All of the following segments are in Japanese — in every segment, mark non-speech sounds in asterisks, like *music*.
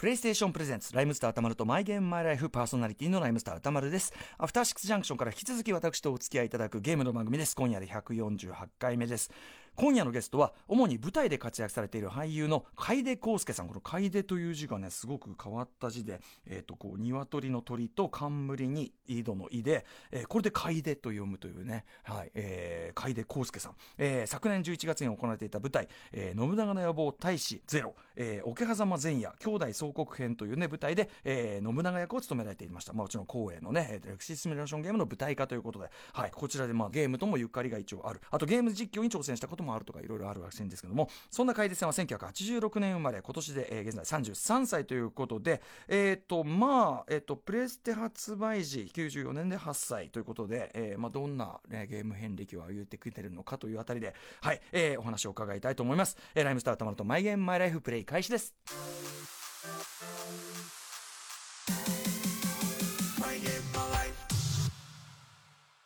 プレイステーションプレゼンツ、ライムスター歌丸とマイゲームマイライフパーソナリティのライムスター歌丸です。アフターシックスジャンクションから引き続き私とお付き合いいただくゲームの番組です。今夜で148回目です。今夜のゲストは、主に舞台で活躍されている俳優の楓康介さん。この楓という字がね、すごく変わった字で、えっ、と、こう、鶏の鳥と冠に井戸の井で、えーこれで楓と読むというね、はい、えー、楓康介さん。えー昨年11月に行われていた舞台、えー信長の野望大使ゼロ、えー、桶狭間前夜、兄弟総国編というね、舞台で、えー信長役を務められていました。まあ、うちの光栄のね、えーレクシスミュレーションゲームの舞台化ということで、はい、こちらでまあ、ゲームともゆかりが一応ある。あと、ゲーム実況に挑戦したこともあるとか、いろいろあるらしいんですけども、そんな楓さんは1986年生まれ、今年で、えー現在33歳ということで、えっ、と、まあ、えっ、と、プレステ発売時、94年で8歳ということで、えーまあ、どんな、ね、ゲーム遍歴を歩いてくれてるのかというあたりで、はい、えーお話を伺いたいと思います。えーライムスターたまると、マイゲームマイライフプレイ開始です。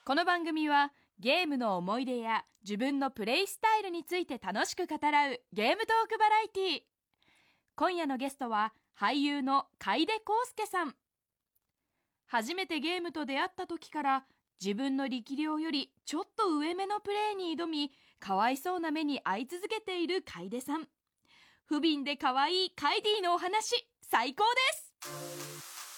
この番組はゲームの思い出や自分のプレイスタイルについて楽しく語らうゲームトークバラエティー今夜のゲストは俳優の楓康介さん初めてゲームと出会った時から自分の力量よりちょっと上目のプレーに挑みかわいそうな目に遭い続けている楓さん不憫でかわいいカイディのお話最高です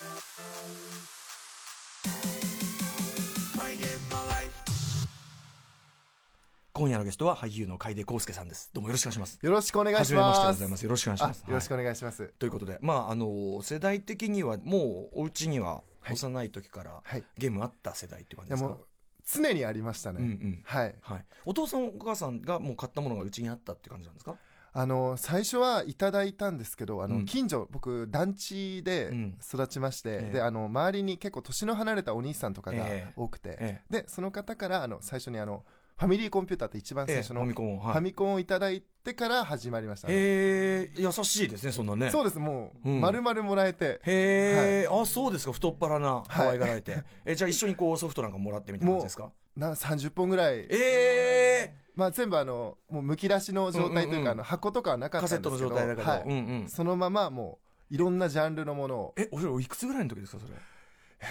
今夜のゲストは俳優の楓康介さんです。どうもよろしくお願いします。よろしくお願いしはじめまましてす。でございます。よろしくお願いします。あよろしくはいお願いします。ということで、まあ、あの、世代的には、もう、お家には、はい幼い時から、はい。いゲームあった世代っていう感じでやすもかう、常にありましたね。うんうん。はい。はい。お父さん、お母さんがもう買ったものがうちにあったって感じなんですかあの、最初はいただいたんですけど、あの、うん近所、僕、団地でうん育ちまして、ええで、あの、周りに結構年の離れたお兄さんとかがええ多くて、えで、その方から、あの、最初にあの、ファミリーコンピューターって一番え最え初フの、ァミコンを。フはァい。ミコンをいただいてから始まりました、ね。へえ、優しいですね、そんなね。そうです、もう、うん丸々もらえて、へえ、あ、そうですか、太っ腹な、可愛がられて。え、じゃあ一緒にこうソフトなんかもらってみたいな感じですかな30本ぐらい、ええまあ、全部あの、もう、むき出しの状態といううんうか、んうんあの箱とかはなかカっセたんッでトのすけど、状態だけど。はいうんうん。そのままもういろんなジャンルのものをえ、おそれおいくつぐらいの時ですか、それ。い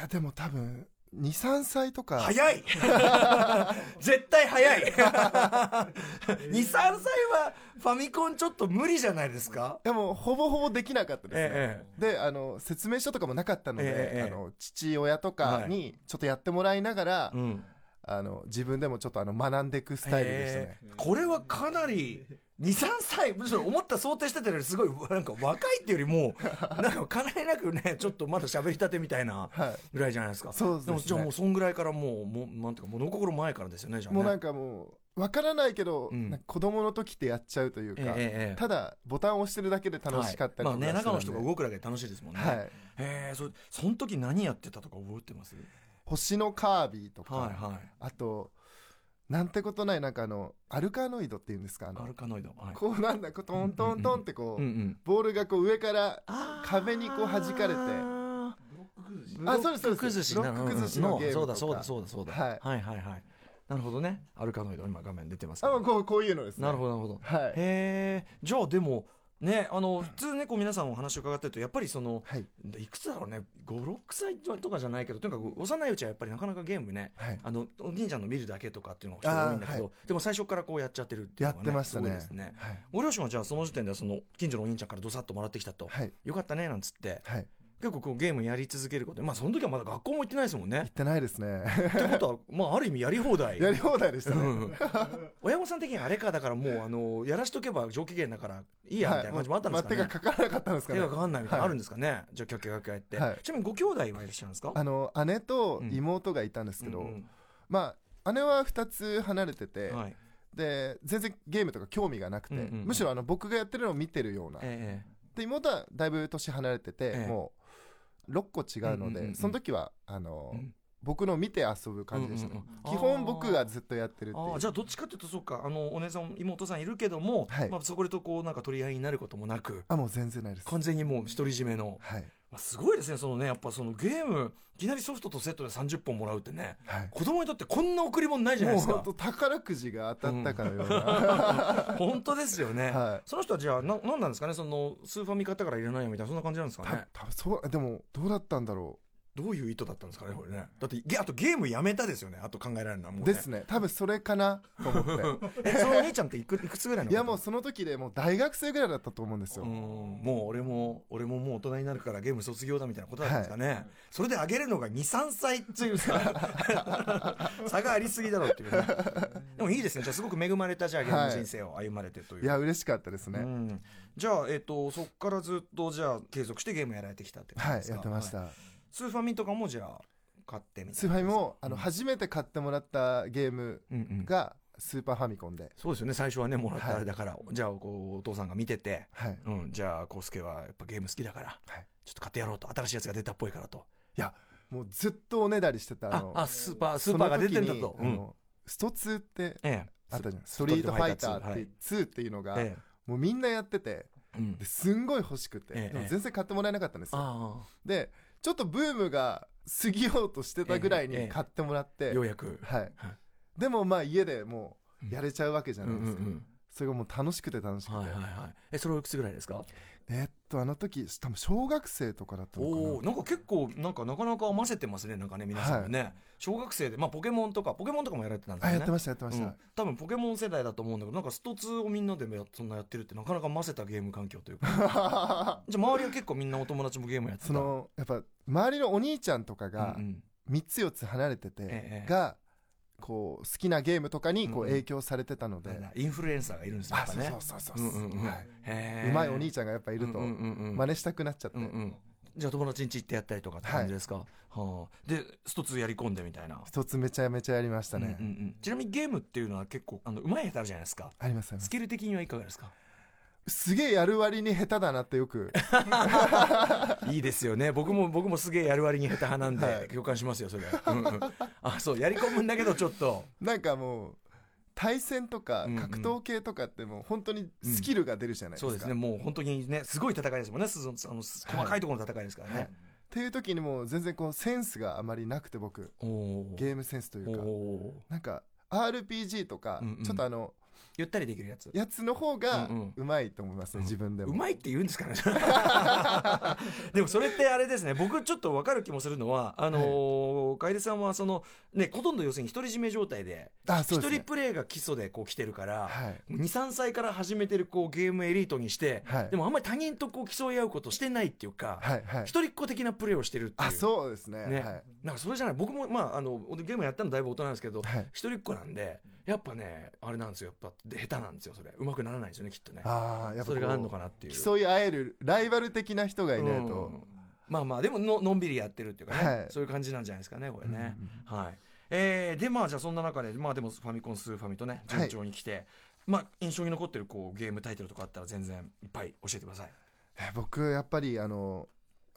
やでも多分23歳とか早い *laughs* 絶対早い *laughs* !2、3歳はファミコンちょっと無理じゃないですかでもほぼほぼできなかったですね、えであの説明書とかもなかったので、ええええあの父親とかにちょっとやってもらいながら、え。うん。あの自分でもちょっとあの学んでいくスタイルでしたね、えーこれはかなり23歳むしろ思った想定してたよりすごいなんか若いっていうより *laughs* もなんかかなりなくねちょっとまだ喋りたてみたいなはいぐらいじゃないですかそうですねもじゃあもうそんぐらいからもうもうなんていうか物心前からですよねじゃあねもうなんかもうわからないけど、うんなんか子供の時ってやっちゃうというえか、えええただボタンを押してるだけで楽しかったりはいまあとかね中の人がく動くだけで楽しいですもんね、はへい、えそその時何やってたとか覚えてます星のカービィとか、はいはいあとなんてことないなんかあのアルカノイドっていうんですかあのアルカノイドはいこうなんだこうトントントンってこう、うんうんボールがこう上からあー壁にこう弾かれてああそうですそうです崩しなロック崩しのゲームとかそうだそうだそうだそうだ、はいはいはいはいなるほどねアルカノイド今画面出てますけあどもうこうこういうのですねなるほどなるほどはいへえじゃあでもねあの普通ねこう皆さんお話を伺ってるとやっぱりそのはいいくつだろうね56歳とかじゃないけどとにかく幼いうちはやっぱりなかなかゲームねはいあのお兄ちゃんの見るだけとかっていうのが人多いんだけど、あでも最初からこうやっちゃってるっていうやのが、っね、てましたねすごいですねはいご両親はじゃあその時点ではその近所のお兄ちゃんからどさっともらってきたと、はいよかったねなんつってはい結構こうゲームやり続けることでまあその時はまだ学校も行ってないですもん *laughs* 言ねってないですねってことはまあある意味やり放題やり放題でしたうね、ん親御さん的にあれかだからもうあのやらしとけば上機嫌だからいいやみたいな感じもあったんですかね、まあ手がかからなかったんですか手ねがかかんないみたいなのあはるんですかね、じゃあキャッキャッキャッキャやっはて、いちなみにご兄弟はいらっしゃるんですかあの姉と妹がいたんですけど、まあ姉は2つ離れてて、はいで全然ゲームとか興味がなくて、うんうんうんむしろあの僕がやってるのを見てるような、えで妹はだいぶ年離れてて、ええもう6個違うのうんうんうで、んうんその時はあの、うん僕の見て遊ぶ感じでしたね、うんうんうん基本僕がずっとやってえるってあいあうじゃあどっちかっていうとそうかあのお姉さん妹さんいるけども、はいまあ、そこでとこうなんか取り合いになることもなくあもう全然ないです完全にもう独り占めのはいまあ、すごいですねそのねやっぱそのゲームいきなりソフトとセットで30本もらうってねはい子供にとってこんな贈り物ないじゃないもうです本か当宝くじが当たったかのような、 *laughs* 本当ですよね、はいその人はじゃあななんなんですかねそのスーファミ買ったからいらないよみたいなそんな感じなんですかねた多分そうでもどうだったんだろどういう意図だったんですかねこれねだってゲあとゲームやめたですよねあと考えられるのはう、もう、ね、ですね多分それかなと思っ *laughs* えそのお兄ちゃんっていくいくつぐらいのて方いやもうその時でもう大学生ぐらいだったと思うんですよ、うんもう俺も俺ももう大人になるからゲーム卒業だみたいなことなんですかね、それであげるのが23歳っていう *laughs* さ差がありすぎだろうっていうね、でもいいですねじゃあすごく恵まれたじゃあゲームの人生を歩まれてという、いや嬉しかったですね、うん、じゃあ、えっとそこからずっとじゃあ継続してゲームやられてきたって感じはでいすか、やってました、スーファミとかもじゃあ買ってみたいなスーファミもあのうん初めて買ってもらったゲームうんうんがスーパーファミコンで、そうですよね最初はねもらったあはれいだから、じゃあこうお父さんが見てて、はい、うん、じゃあ康介はやっぱゲーム好きだから、はいちょっと買ってやろうと新しいやつが出たっぽいからともうずっとおねだりしてたあのあスーパースーパーが出てんだそのと時、にあのスト2ってええあったじゃんストリートファイターっはいて2っていうのが、えもうみんなやっててえうんですんごい欲しくて、ええでも全然買ってもらえなかったんですよ、あでちょっとブームが過ぎようとしてたぐらいええええに買ってもらって、あようやくはいはいでもまあ家でもうんうやれちゃうわけじゃうんうないんですか、うんそれがもう楽しくて楽しくて、はいはいはいえそれおいくつぐらいですかえーっとあの時多分小学生とかだったのかなおおーなんか結構なんかなかなか混ぜてますねなんかね皆さんもね、小学生でまあポケモンとかポケモンとかもやられてたんですあよねやってましたやってました、うん、多分ポケモン世代だと思うんだけどなんかスト2をみんなでやそんなやってるってなかなか混ぜたゲーム環境というか *laughs* じゃあ周りは結構みんなお友達もゲームやってたそのやっぱ周りのお兄ちゃんとかがうんうん3つ4つ離れてえてえがこう好きなゲームとかにこううんうん影響されてたので、だからインフルエンサーがいるんですよやあっぱそうねそうそうそう,、うんうんうんはいへーうまいお兄ちゃんがやっぱいるとうんうんうんうん真似したくなっちゃって、うんうんじゃあ友達ん家行ってやったりとかって感じですか、はあ、でスト2やり込んでみたいな、一つめちゃめちゃやりましたうんうんうね、ん、ちなみにゲームっていうのは結構あのうまい下手あるじゃないですかありますありまスすキル的にはいかがですか *laughs* すげえやる割に下手だなってよくいいですよね僕も僕もすげえやる割に下手派なんで、はい共感しますよそれ、うんうんあそうやり込むんだけどちょっと *laughs* なんかもう対戦とかうんうん格闘系とかってもう本当にスキルが出るじゃないですか、そうですね、もう本当にね、すごい戦いですもんね、すあのす細かいところの戦いですからね。はいっていう時にもう全然こうセンスがあまりなくて僕おーゲームセンスというかおーなんか RPG とか、うんうんちょっとあのゆったりできるやつ。やつの方がうんうまいと思いますね、うん自分でもうまいって言うんですかね *laughs* でもそれってあれですね僕ちょっと分かる気もするのはあのー楓さんはそのねほとんど要するに独り占め状態であそ一うです人ねプレイが基礎でこう来てるからはい23歳から始めてるこうゲームエリートにして、はいでもあんまり他人とこう競い合うことしてないっていうか、はいはい一人っ子的なプレーをしてるっていうあそうですねねはいなんかそれじゃない僕も、まあ、あのゲームやったのだいぶ大人なんですけど、はい一人っ子なんでやっぱねあれなんですよやっぱで下手なんですよそれうまくならないですよねきっとねああやっぱこうそれがあるのかなっていう競い合えるライバル的な人がいないうとん、まあまあでもののんびりやってるっていうかね、はいそういう感じなんじゃないですかねこれうんうんね、はいえーでまあじゃあそんな中でまあでもファミコンスーファミとね順調に来て、まあ印象に残ってるこうゲームタイトルとかあったら全然いっぱい教えてくださいえ僕やっぱりあの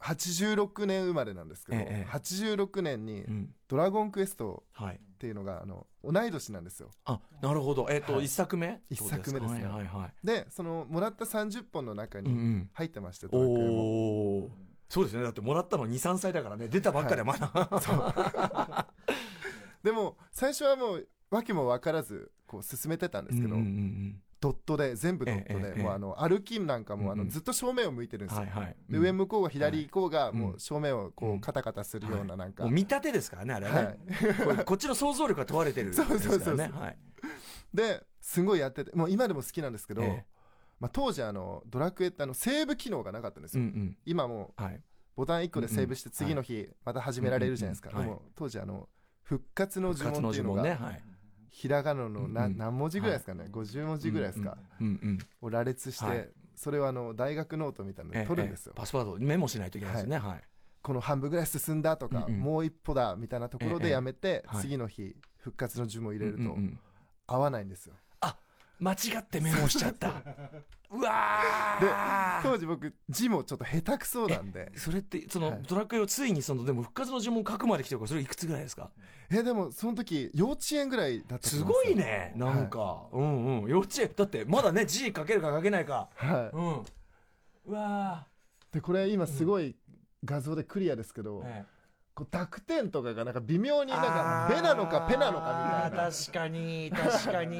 86年生まれなんですけど、ええ86年にうん「ドラゴンクエスト」はいっていうのがあの同い年なんですよあなるほどえっ、と、はい一作目一作目ですねはいはいはいでそのもらった30本の中うんうにん入ってまして、ドラクエもおおそうですねだってもらったの23歳だからね出たばっかでまだ、 *laughs* でも最初はもう訳も分からずこう進めてたんですけど、うんうんうんドットで全部ドットええで、ええもうあの歩きなんかもうあんのうんずっと正面を向いてるんですよ、はいはい、で上向こうが左行こうがうんもう正面をうこんうカタカタするようななんか、もう見立てですからねあれはね、はいこれこっちの想像力が問われてる *laughs* そうそうそうそうですからねはいですごいやっててもう今でも好きなんですけど、ええまあ、当時あのドラクエってあのセーブ機能がなかったんですうんよ、うん今もはい、うボタン1個でセーブしてうんうん次の日また始められるじゃないですか、うんうんうんでも当時あの復活の呪勝文のってい呪うの文ねがはいひらがなのなうんうん何文字ぐらいですかね、50文字ぐらいですか、うんうんを羅列して、はいそれをあの大学ノートみたいなえのえで取るんでえすよえ、パスワードメモしないといけないですよねはい、この半分ぐらい進んだとか、うんうんもう一歩だみたいなところええでやめて、はい次の日復活の呪文を入れるうんうとんうん合わないんですよ、間違ってメモしちゃった *laughs* うわー当時僕字もちょっと下手くそなんでそれってその、はいドラクエをついにそのでも復活の呪文書くまで来てるからそれいくつぐらいですかえでもその時幼稚園ぐらいだったとす思うんごでいよねなんか、うんうん幼稚園だってまだね字書けるか書けないかはい、うんうわでこれ今すごい画像でクリアですけど、ええこう濁点とかがなんか微妙になんかベなのかペなのかみたいあなー確かに確か *laughs* に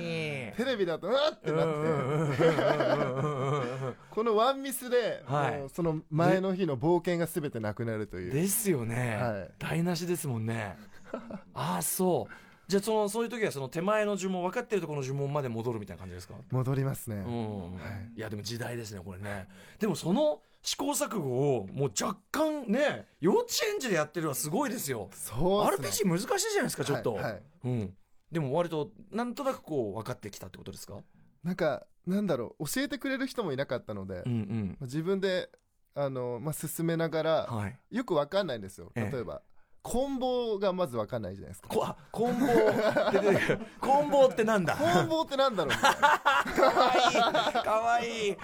テレビだとうわーってなって、なっこのワンミスで、はいもうその前の日の冒険が全てなくなるというですよね、はい台無しですもんね *laughs* ああそうじゃあそのそういう時はその手前の呪文分かってるところの呪文まで戻るみたいな感じですか戻りますね、うん、、はいやでも時代ですねこれねでもその試行錯誤をもう若干ね幼稚園児でやってるはすごいですよそうっす RPG ね難しいじゃないですかちょっと、はいはいうん、でも割となんとなくこう分かってきたってことですかなんかなんだろう教えてくれる人もいなかったので、うんまうん *laughs* あ自分であの、まあ、進めながらはいよくわかんないんですよえ例ええば、棍棒がまずわかんないじゃないですかこあこん棒って出てくるこん棒ってなんだ棍棒ってなんだろう *laughs* みたいなかわいい。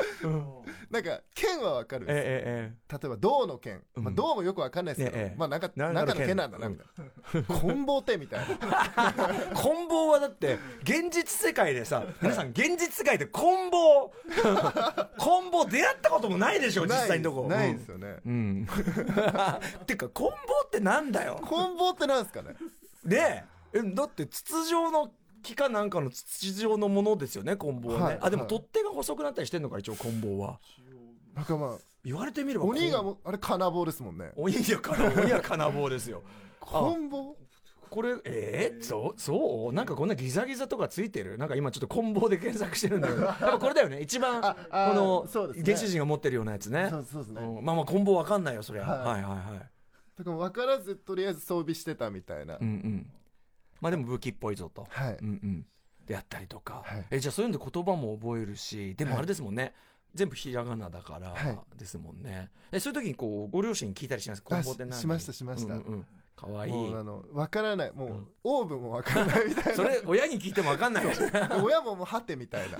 なんか剣はわかるんですよええ例えば銅の剣、うんまあ、銅もよくわかんないですけど、ねええまあなんかなん中かのの剣なんだなみたい *laughs* な棍棒手みたい *laughs* なええ。棍棒はだって現実世界でさ、皆さん現実世界で棍棒、 *laughs* 棍棒出会ったこともないでしょ実際のとこ。ないですよね、うん。 *laughs* うん。てか棍棒ってなんだよ。棍棒ってなんですかねねえ、えだって筒状の木かなんかの筒状のものですよね棍棒はね。はいあでもはい取っ手が細くなったりしてんのか一応棍棒は。なんかまあ言われてみれば鬼がももあれ金棒ですもんね鬼やから鬼は金棒ですよ。あ棍棒これえー、そうそうなんかこんなギザギザとかついてるなんか今ちょっと棍棒で検索してるんだ *laughs* けどやっぱこれだよね一番こああーのそうですね原始人が持ってるようなやつねそうそうですね、うんまあまあ棍棒わかんないよそりゃ、は、はいはいはいだから分からずとりあえず装備してたみたいうな、んうんまあでも武器っぽいぞと、はいうんうんであったりとか、はいえじゃあそういうので言葉も覚えるしでもはいあれですもんね、全部ひらがなだからはいですもんね、えそういう時にこうご両親に聞いたりします棍棒って何あししましたしましたうんうんうんかわいいもうあの分からないもう、うんオーブンも分からないみた *laughs* いそれ親に聞いてもわかんないよねな親ももうはてみたいな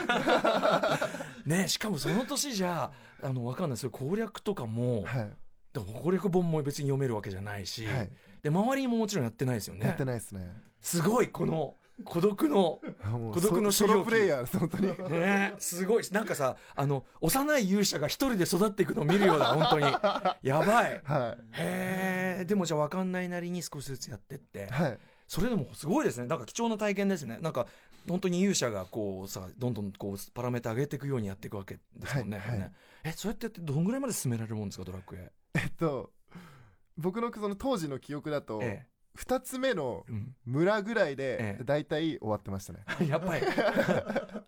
ねしかもその年じゃあのわかんないそういう攻略とかも、はい、でも攻略本も別に読めるわけじゃないし、はい、で周りにももちろんやってないですよやねってないですねすごいこの孤独のもう孤独のソ修行ロ期プレイヤーです *laughs* 本当にねすごいなんかさあの幼い勇者が一人で育っていくのを見るような本当にやばいはへえでもじゃあ分かんないなりに少しずつやってっていはいそれでもすごいですねなんか貴重な体験ですねなんか本当に勇者がこうさどんどんこうパラメータ上げていくようにやっていくわけですもんね,、はいはいねえそうやってやってどんぐらいまで進められるもんですかドラクエえっと僕のその当時の記憶だと、え二2つ目のえうん、 *laughs* 村ぐらいえでえ大体終わってましたね、やっぱり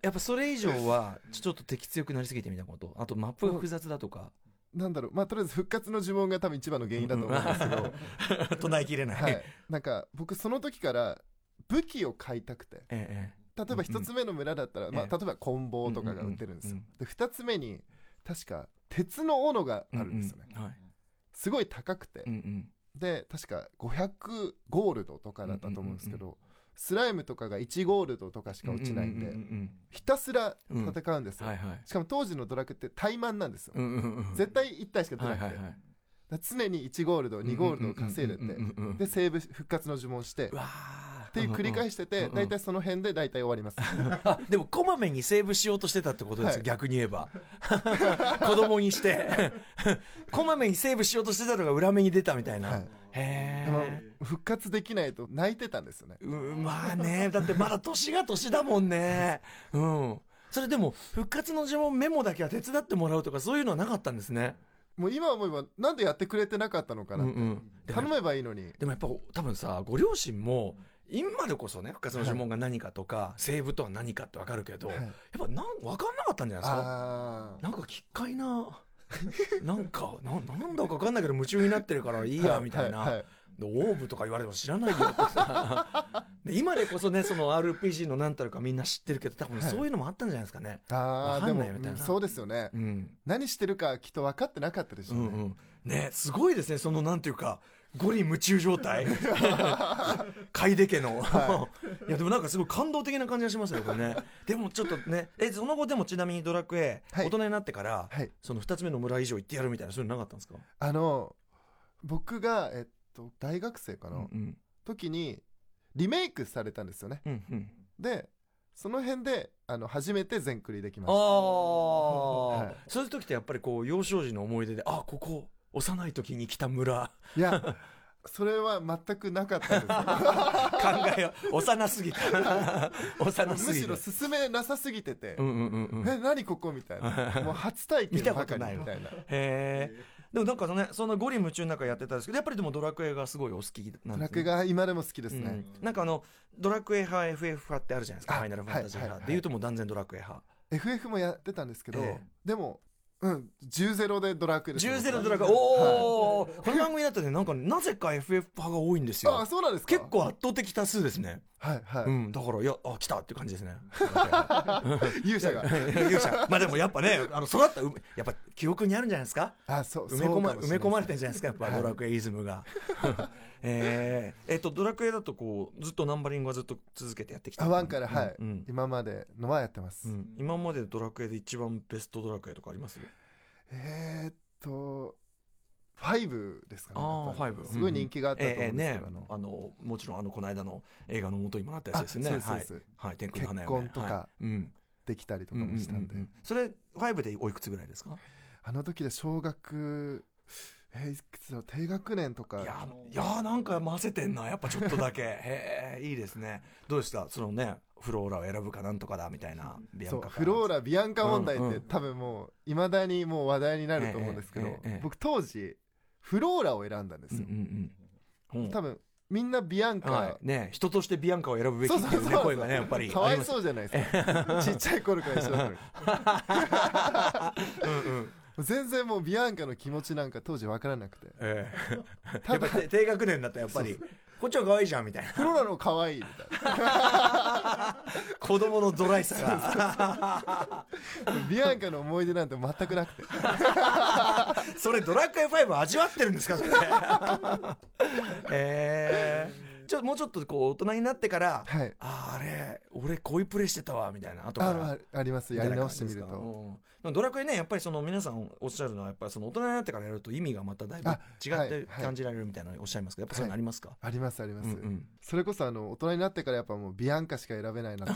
やっぱそれ以上 *laughs* はちょちょっと敵強くなりすぎてみたいなことあとマップが複雑だと *laughs* かなんだろうまあとりあえず復活の呪文が多分一番の原因だと思うんですけど、唱えきれない、はい、なんか僕その時から武器を買いたくてえ例えば一つ目の村だったら、うんまあ、え例ええば棍棒とかが売ってるんですうよんうんで二つ目に確か鉄の斧がえあるんですよね、うんうんはいすごい高くて、うんうんで確か500ゴールドとかだったと思うんですけど、うんスライムとかが1ゴールドとかしか落ちないんで、うううんひたすら戦うんですうよ、んはいはいしかも当時のドラクエって怠慢なんですよ、うんうんうん絶対1体しか出なはくいて、はいはいだから常に1ゴールド2ゴールドを稼いでて、うんうんうんうんうんでセーブ復活の呪文してうっわっていう繰り返してうんて、うん大体その辺で大体終わ *laughs* ります、あでもこまめにセーブしようとしてたってことですよ、はい逆に言えば *laughs* 子供にして *laughs* こまめにセーブしようとしてたのが裏目に出たみたいな、はいへでもえ復活できないと泣いてたんですよねうんまあねだってまだ年が年だもんねうんそれでも復活の呪文メモだけは手伝ってもらうとかそういうのはなかったんですねもう今思えばなんでやってくれてなかったのかうんな、うんでも頼めばいいのにでもやっぱ多分さご両親も今でこそね復活の呪文が何かとか、セーブとは何かって分かるけど、はいやっぱなん分かんなかったんじゃないですかあなんか奇怪な *laughs* なんかななんだか分かんないけど夢中になってるからいいーやみたいな、ははでオーブとか言われても知らないよって *laughs* さで今でこそねその RPG の何たるかみんな知ってるけど多分はいそういうのもあったんじゃないですかね、わあーかでんなもいよみたいなうんそうですよね、うん何してるかきっと分かってなかったでしょうね、うんうん、ねすごいですねそのなんていうか五輪夢中状 *laughs* 態楓家の、い、やでもなんかすごい感動的な感じがしますよこれねでもちょっとねえその後でもちなみにドラクエ、はい大人になってから、はいその2つ目の村以上行ってやるみたいなそういうのなかったんですか、あの僕が、えっと、大学生かうな、ん時にリメイクされたんですよねうんうん、でその辺であの初めて全クリできあましあ、 *laughs* はいそういう時ってやっぱりこう幼少時の思い出であここ幼い時に来た *laughs* 村いやそれは全くなかった *laughs* で考えは幼すぎた *laughs* 幼すすむぎしたろ進めなさすぎてて、うんうんうんうんえ何ここみた *laughs* いなもう初体験ばかりみたいなへえでもなんかねそんなゴリ夢中の中やってたんですけどやっぱりでもドラクエがすごいお好きなんでドラすクエねが今でも好きですうんね、なんかあのドラクエ派 FF 派ってあるじゃないですかあファイナルファンタジーはいはいは派いでいうともう断然ドラクエ派 FF もやってたんですけど、ええでもうん10ゼロでドラクエです10ゼロドラククエおお、この番組だとねなんかなぜか FF 派が多いんですあよあそうなんですか結構圧倒的多数ですね、はいはい、うんだからいやあ来たって感じですね *laughs* 勇者が *laughs* 勇者まあでもやっぱねあの育ったうやっぱ記憶にあるんじゃないですかあそう埋め込ま埋そうかもしめれない込まれてるじゃないですかやっぱはいドラクエイズムが *laughs* えーえっとドラクエだとこうずっとナンバリングはずっと続けてやってきたあワンからはい、うん今までのはやってます、うん今までドラクエで一番ベストドラクエとかありますえー、っと5ですかねあーやっぱりファイブすごい人気があったと思えうえんですけねど、あのあのもちろんあのこの間の映画の元にもなったやつですよねあそうですそうですはい、はい、天空の花よ、結婚とかはいうんできたりとかもしたんで、うううそれ5でおいくつぐらいですかあの時で小学えーいくつだろう低学年とかいやいやなんか混ぜてんなやっぱちょっと *laughs* だけへえいいですねどうでしたそのねフローラを選ぶかなんとかだみたいなビアンそカうかフローラビアンカ問題って、うんうん多分もういまだにもう話題になると思うんですけど、ええええええ僕当時フローラを選んだんですうんうよ、んうんうん多分みんなビアンカ、はい、ね人としてビアンカを選ぶべきっていうね声がねやっぱりかわいあそうじゃないですかちっちゃい頃から一緒だったのにりますうんうん全然もうビアンカの気持ちなんか当時わからなくてええやたっぱだ低低学年だったらやっぱりこっちは可愛いじゃんみたいなフローラの可愛いみた子供のドライさがいなビアンカの思い出なんて全くなくてそれドラクエ5味わってるんですかそ *laughs* れえー、ちょもうちょっとこう大人になってから、はいあーあれ俺こういうプレイしてたわみたいな後からああありますやり直してみみるたいなと感じですかうんドラクエねやっぱりその皆さんおっしゃるのはやっぱりその大人になってからやると意味がまただいぶあはい違ってはい感じられるみたいなのをおっしゃいますけどやっぱそういうのありますか、ありますありまうす、んうんそれこそあの大人になってからやっぱもうビアンカしか選べない *laughs* なと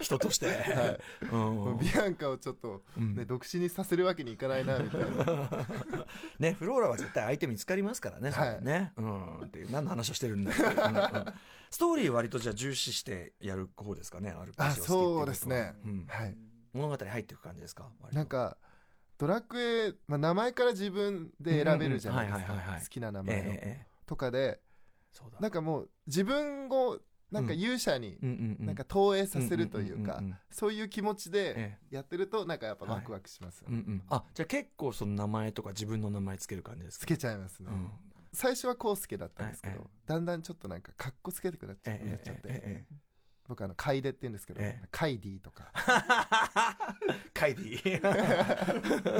人として、う *laughs* もうんビアンカをちょっと、うんね独身にさせるわけにいかないなみ *laughs* たいなね、フローラは絶対相手見つかりますからね、はいそれね。うん。っていう、何の話をしてるんだっていううんうんストーリーは割とじゃあ重視してやる方ですかね、RPG あを好きっていことはそうですねうんはい物語入っていく感じですか割となんかドラクエ、まあ、名前から自分で選べるじゃないですうんうんはいはいはいかはい好きな名ええ前の、ええええとかでそうだ。なんかもう自分をなんか勇者にうんうんうんなんか投影させるといううかんうんうんうんそういう気持ちでやってるとなんかやっぱワクワクしますようんね、うんあ、じゃあ結構その名前とか自分の名前つける感じですつかけちゃいますね、うん最初はコウスケだったんですけど、ええだんだんちょっとなんかかっこつけてくなっちゃ,、ええええなっちゃって、ええええ僕あのカイデって言うんですけど、ええカイディ *laughs* とかカイディ。なんか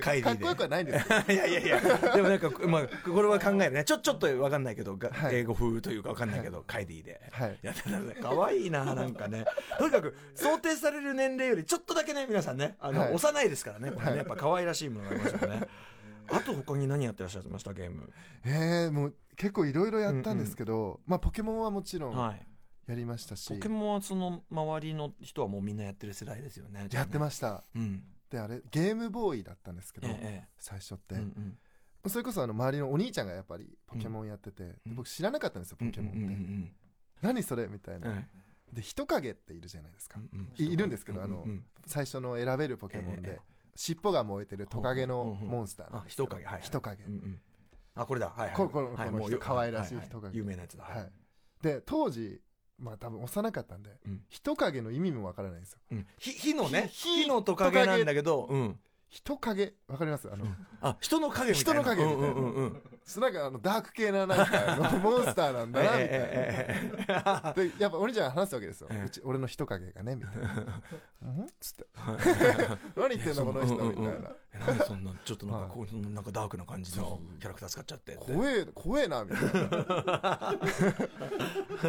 カイディでかっこよくはないん *laughs* ですけどいやいやいや、でもなんか、まあ、これは考えるね。ちょ、ちょっとわかんないけど、がはい英語風というかわかんないけど、カイディで。はいやってたね。可愛いな、なんかね。とにかく、想定される年齢よりちょっとだけね、皆さんね、あの、はい幼いですからね、これね、やっぱ可愛らしいものがありますよね。あと他に何やってらっしゃいました、ゲーム。ええもう結構いろいろやったんですけど、まあポケモンはもちろんはい。やりましたし、ポケモンはその周りの人はもうみんなやってる世代ですよね。やってす。ましたうん。であれゲームボーイだったんですけど、え最初っえ。て、うんうんそれこそあの周りのお兄ちゃんがやっぱりポケモンやってて、でうん僕知らなかったんですよポケモンって、うんうんうん何それみたいな、うんえで人影っているじゃないですえか、うんうんいいるんですけどうううあの最初の選べるポケモンで、ええ尻尾が燃えてるトカゲのモンスターなんあですけ人ど影はいはい人影、うんうんあこれだはいはいここのはこのもう人可愛らしいはは人影有名なやつだはいで当時まあ多分幼かったんで、うん人影の意味もわからないんですようん火火のね火火のトカゲなんだけどうん人影わかりますあのあ人の影みたいな人の影みたいなうんうんうんうんそうなんかあのダーク系ななんかあのモンスター *laughs* なんだなみたいえな、えええええでやっぱお兄ちゃんが話すわけですよ、ええうち俺の人影がねみたいな「うん?」っつって「 *laughs* 何言ってんのこの人」みたいな、えなんでそんなちょっとなんはかいこうなんかダークな感じのキャラクター使っちゃって *laughs* って怖え怖えなみたいな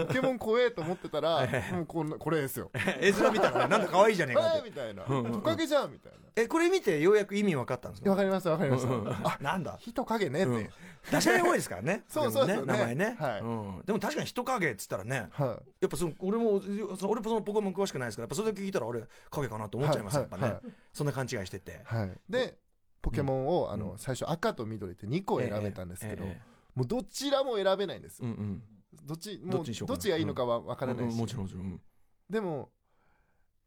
ポケモン怖えと思ってたら、もうこんなこれですよ「絵面見たらねなんだ可愛いじゃねえかあっーてみたいな「うんうんトカゲじゃん」みたいなえこれ見てようやく意味分かったんです「わかかりましたわかりました」あなんだ人影ねって、うんダジャレ多いですから *laughs* ねそうそうでもそうね名前ねはいうんでも確かに人影っつったらねはやっぱその俺もその俺もそのポケモン詳しくないですからやっぱそれだけ聞いたら俺影かなと思っちゃいます、はいやっぱね、はそんな勘違いしてて、いはいでポケモンをあのうん最初赤と緑って2個選べたんですけどええもうどちらも選べないんですええようんうんどっちどもっうちにしようかどなっちがいいのかは分からないうんしもちろんもちろんうんでも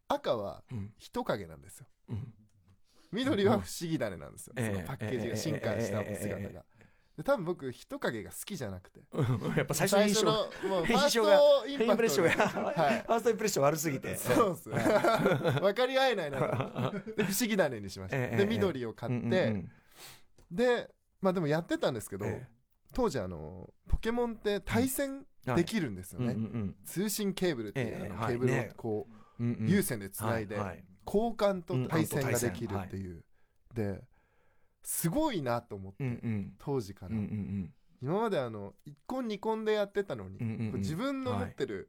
赤はうん人影なんですようん緑は不思議種なんですよ、うんそのパッケージが進化したえええ姿えええええがで多分僕人影が好きじゃなくてうん *laughs* やっぱ最初の印象が最初のもうファー印ス象がトインイパンプレクッシトョンががはいファーストインプレッション悪すぎてそうですね *laughs* 分かり合えないなとで不思議種にしました、ええええで緑を買って、うんうんうんでまあでもやってたんですけど、え当時あのポケモンって対戦えできるんですようんね、うんうん通信ケーブルっていう、ええあのはいケーブルをねこうんう、うん有線でつないで、はいはい交換と対戦ができるっていう、ですごいなと思って、うんうん当時から、うんうん今まであの1コン2コンでやってたのに、うんうんうんこう自分の持ってる、うん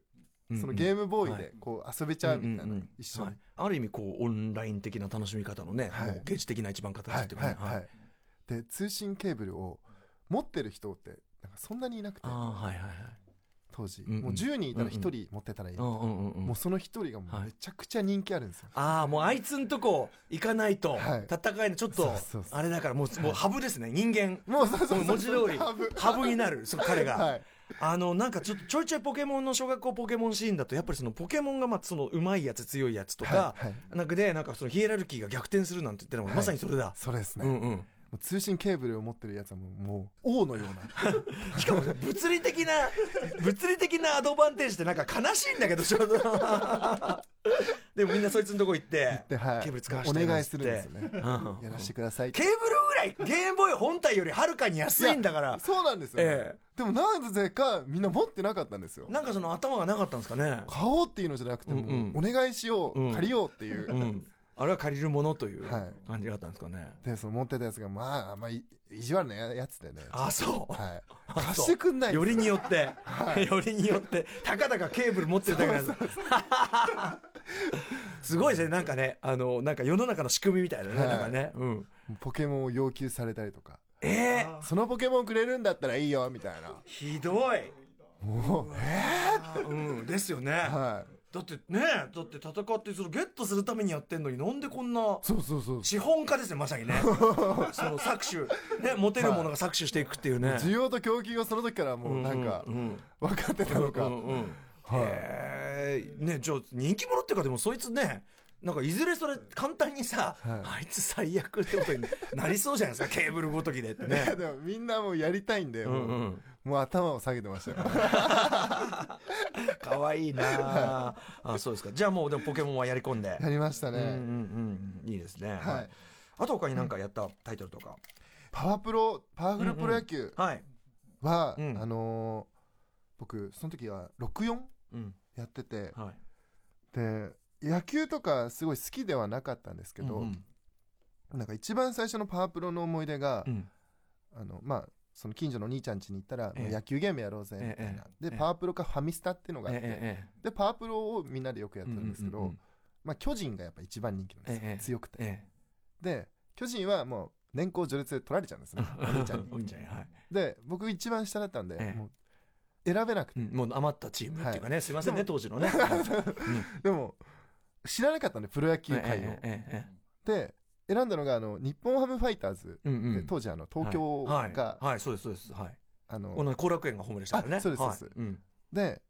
そのゲームボーイはでこう遊べちゃうみたいな、んんん一緒に、はいある意味こうオンライン的な楽しみ方のね、はいもうゲージ的な一番形はいっていうかはいね、はい、で通信ケーブルを持ってる人ってなんかそんなにいなくてああはいはいはい当時、うんうんもう10人いたら1人持ってたらいい、うんうんうんうんもうその1人がもうめちゃくちゃ人気あるんですよ、ああもうあいつんとこ行かないとはい戦いのちょっとそうそうそうあれだからもうもうハブですね人間もうそうそうそう文字通り *laughs* ハブハブになるそう彼が、はいあのなんかちょっとちょいちょいポケモンの小学校ポケモンシーンだとやっぱりそのポケモンがまあそのうまいやつ強いやつとか、はいはいなんかでなんかそのヒエラルキーが逆転するなんて言ってたのもはいまさにそれだ、それですね、うもんうんう通信ケーブルを持ってるやつはもうもう王のよ *laughs* うしかも物理的な物理的なアドバンテージってなんか悲しいんだけどちょうどでもみんなそいつのとこ行ってなで、はい、ケーブル使わせおて願いするんですよねなんつってうんやらせてくださいってケーブルぐらいゲームボーイ本体よりはるかに安いんだからそうなんですよね、えでもなぜかみんな持ってなかったんですよなんかその頭がなかったんですかね、買おうっていうのじゃなくても、うんうお願いしよう、うん借りようっていうう、ん、あれは借りるものというはい感じだったんですかね、でその持ってたやつがまあまあい意地悪なやつでねあそう、はいあ貸してくんないんよですりによって、よりによってたかだかケーブル持ってるだけ *laughs* なんですすごいですねなんかねあのなんか世の中の仕組みみたいなね、はいなんかね、うん、ポケモンを要求されたりとかええそのポケモンくれるんだったらいいよみたいな *laughs* ひどいもうあうんですよね、はいだってねだって戦ってそのゲットするためにやってんのになんでこんなそうそうそう資本家ですねまさに *laughs* ねその搾取ね持てるものが搾取していくっていう *laughs* ね、需要と供給がその時からもうなんかうんうん分かってたのうかんうんはいへえねじゃあ人気者っていうかでもそいつねなんかいずれそれ簡単にさ、はいあいつ最悪ってことになりそうじゃないですか *laughs* ケーブルごときでってい *laughs* やね。でもみんなもうやりたいんでうんう、もうんもう頭を下げてました *laughs* よかわいいなああそうですかじゃあもうでもポケモンはやり込ん *laughs* で、やりましたうんうんねうんいいですね、はいあと他に何かやったタイトルとか、パワプロパワフルプロ野球はい、はうんあのー僕その時は64うんやっててはいで野球とかすごい好きではなかったんですけうどんなんか一番最初のパワプロの思い出がうんあのまあその近所のお兄ちゃん家に行ったら、ええ野球ゲームやろうぜみたいなえ、えええでパワープロかファミスタっていうのがあって、えでパワープロをみんなでよくやえってたんですけど、うんうんうんまあ、巨人がやっぱ一番人気なんですよ、ええ強くて、えで巨人はもう年功序列で取られちゃう *laughs* んですねお兄ちゃんにお兄ちゃんにはいで僕一番下だったんで、ええもう選べなくてうんもう余ったチームっていうかね、すいませんでねも当時の *laughs* ねでも知らなかったんでプロ野球9界を、ええで選んだのがあの日本ハムファイターズ、ええうんうでん当時あの東京が、はいはいはいそうですそうですはいあのこの後楽園がホームレスだからねあそうですはいそうでんで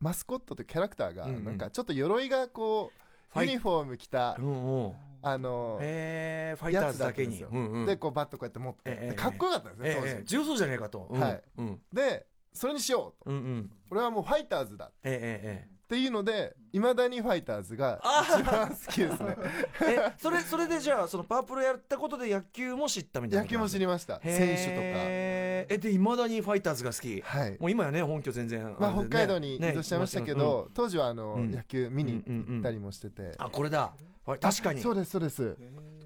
マスコットというキャラクターがうんうんなんかちょっと鎧がこう、ファイユニフォーム着たうんうんあのえーファイターズだけにやつだったんですようんうんでこうバットこうやって持って、ええええかっこよかったんですねえ、当時、えええ強そうじゃねえかとうんはいうんでそれにしようとうんうん俺はもうファイターズだっえええていうのでいまだにファイターズがあー一番好きで *laughs* すねえええそれそれでじゃあそのパープロやったことで野球も知ったみたいな野球も知りりました選手えでいまだにファイターズが好きとかはいもう今やね本拠全然まあれで北ね海道に移ね動しちゃいましたけど、当時はあの、うん野球見に行ったりもしてて、あこれだはい確かにそうですそうです、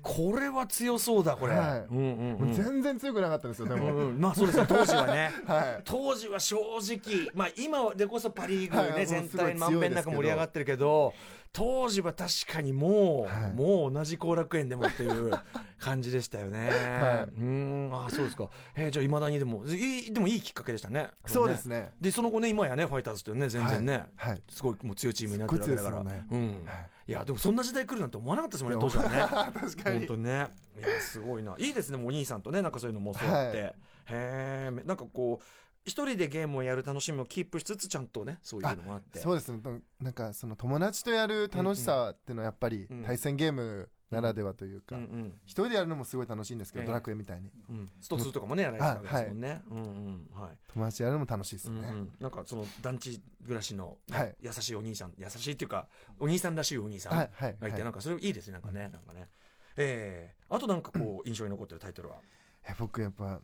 これは強そうだこれ、はいうんうんうん全然強くなかったんですよでうんも、うんまあそうですね当時はねはい当時は正直まあ今でこそパ・リーグね、はい全もうすごい強体いですけどまんべんなく盛り上がってるけど当時は確かにもう、はいもう同じ後楽園でもっていう感じでしたよね、はうーんあそうですか、えーじゃあいまだにでもいいでもいいきっかけでしたねそうですねねでその後ね今やねファイターズってね全然ね、はいすごいもう強いチームになってるわけだから、すっごい強いです *laughs* うん、いやでもそんな時代来るなんて思わなかったですもんね当時はね確かに、に本当ねいやすごいないいですねもうお兄さんとねなんかそういうのもそうやって、はへえなんかこう一人でゲームをやる楽しみをキープしつつちゃんとねそういうのもあってそうですねとなんかその友達とやる楽しさっていうのはやっぱりうん対戦ゲームならではというか、うんうん一人でやるのもすごい楽しいんですけど、ええドラクエみたいにうん、スト2とかもねやられてたわけですもんね、うんうんはい友達とやるのも楽しいですよね、うんうん、なんかその団地暮らしのはい優しいお兄さん、優しいっていうかお兄さんらしいお兄さんはがいいはい、て、はいなんかそれいいですねなんかねなんかねえー、あとなんかこう印象に残ってるタイトルはえ僕やっぱ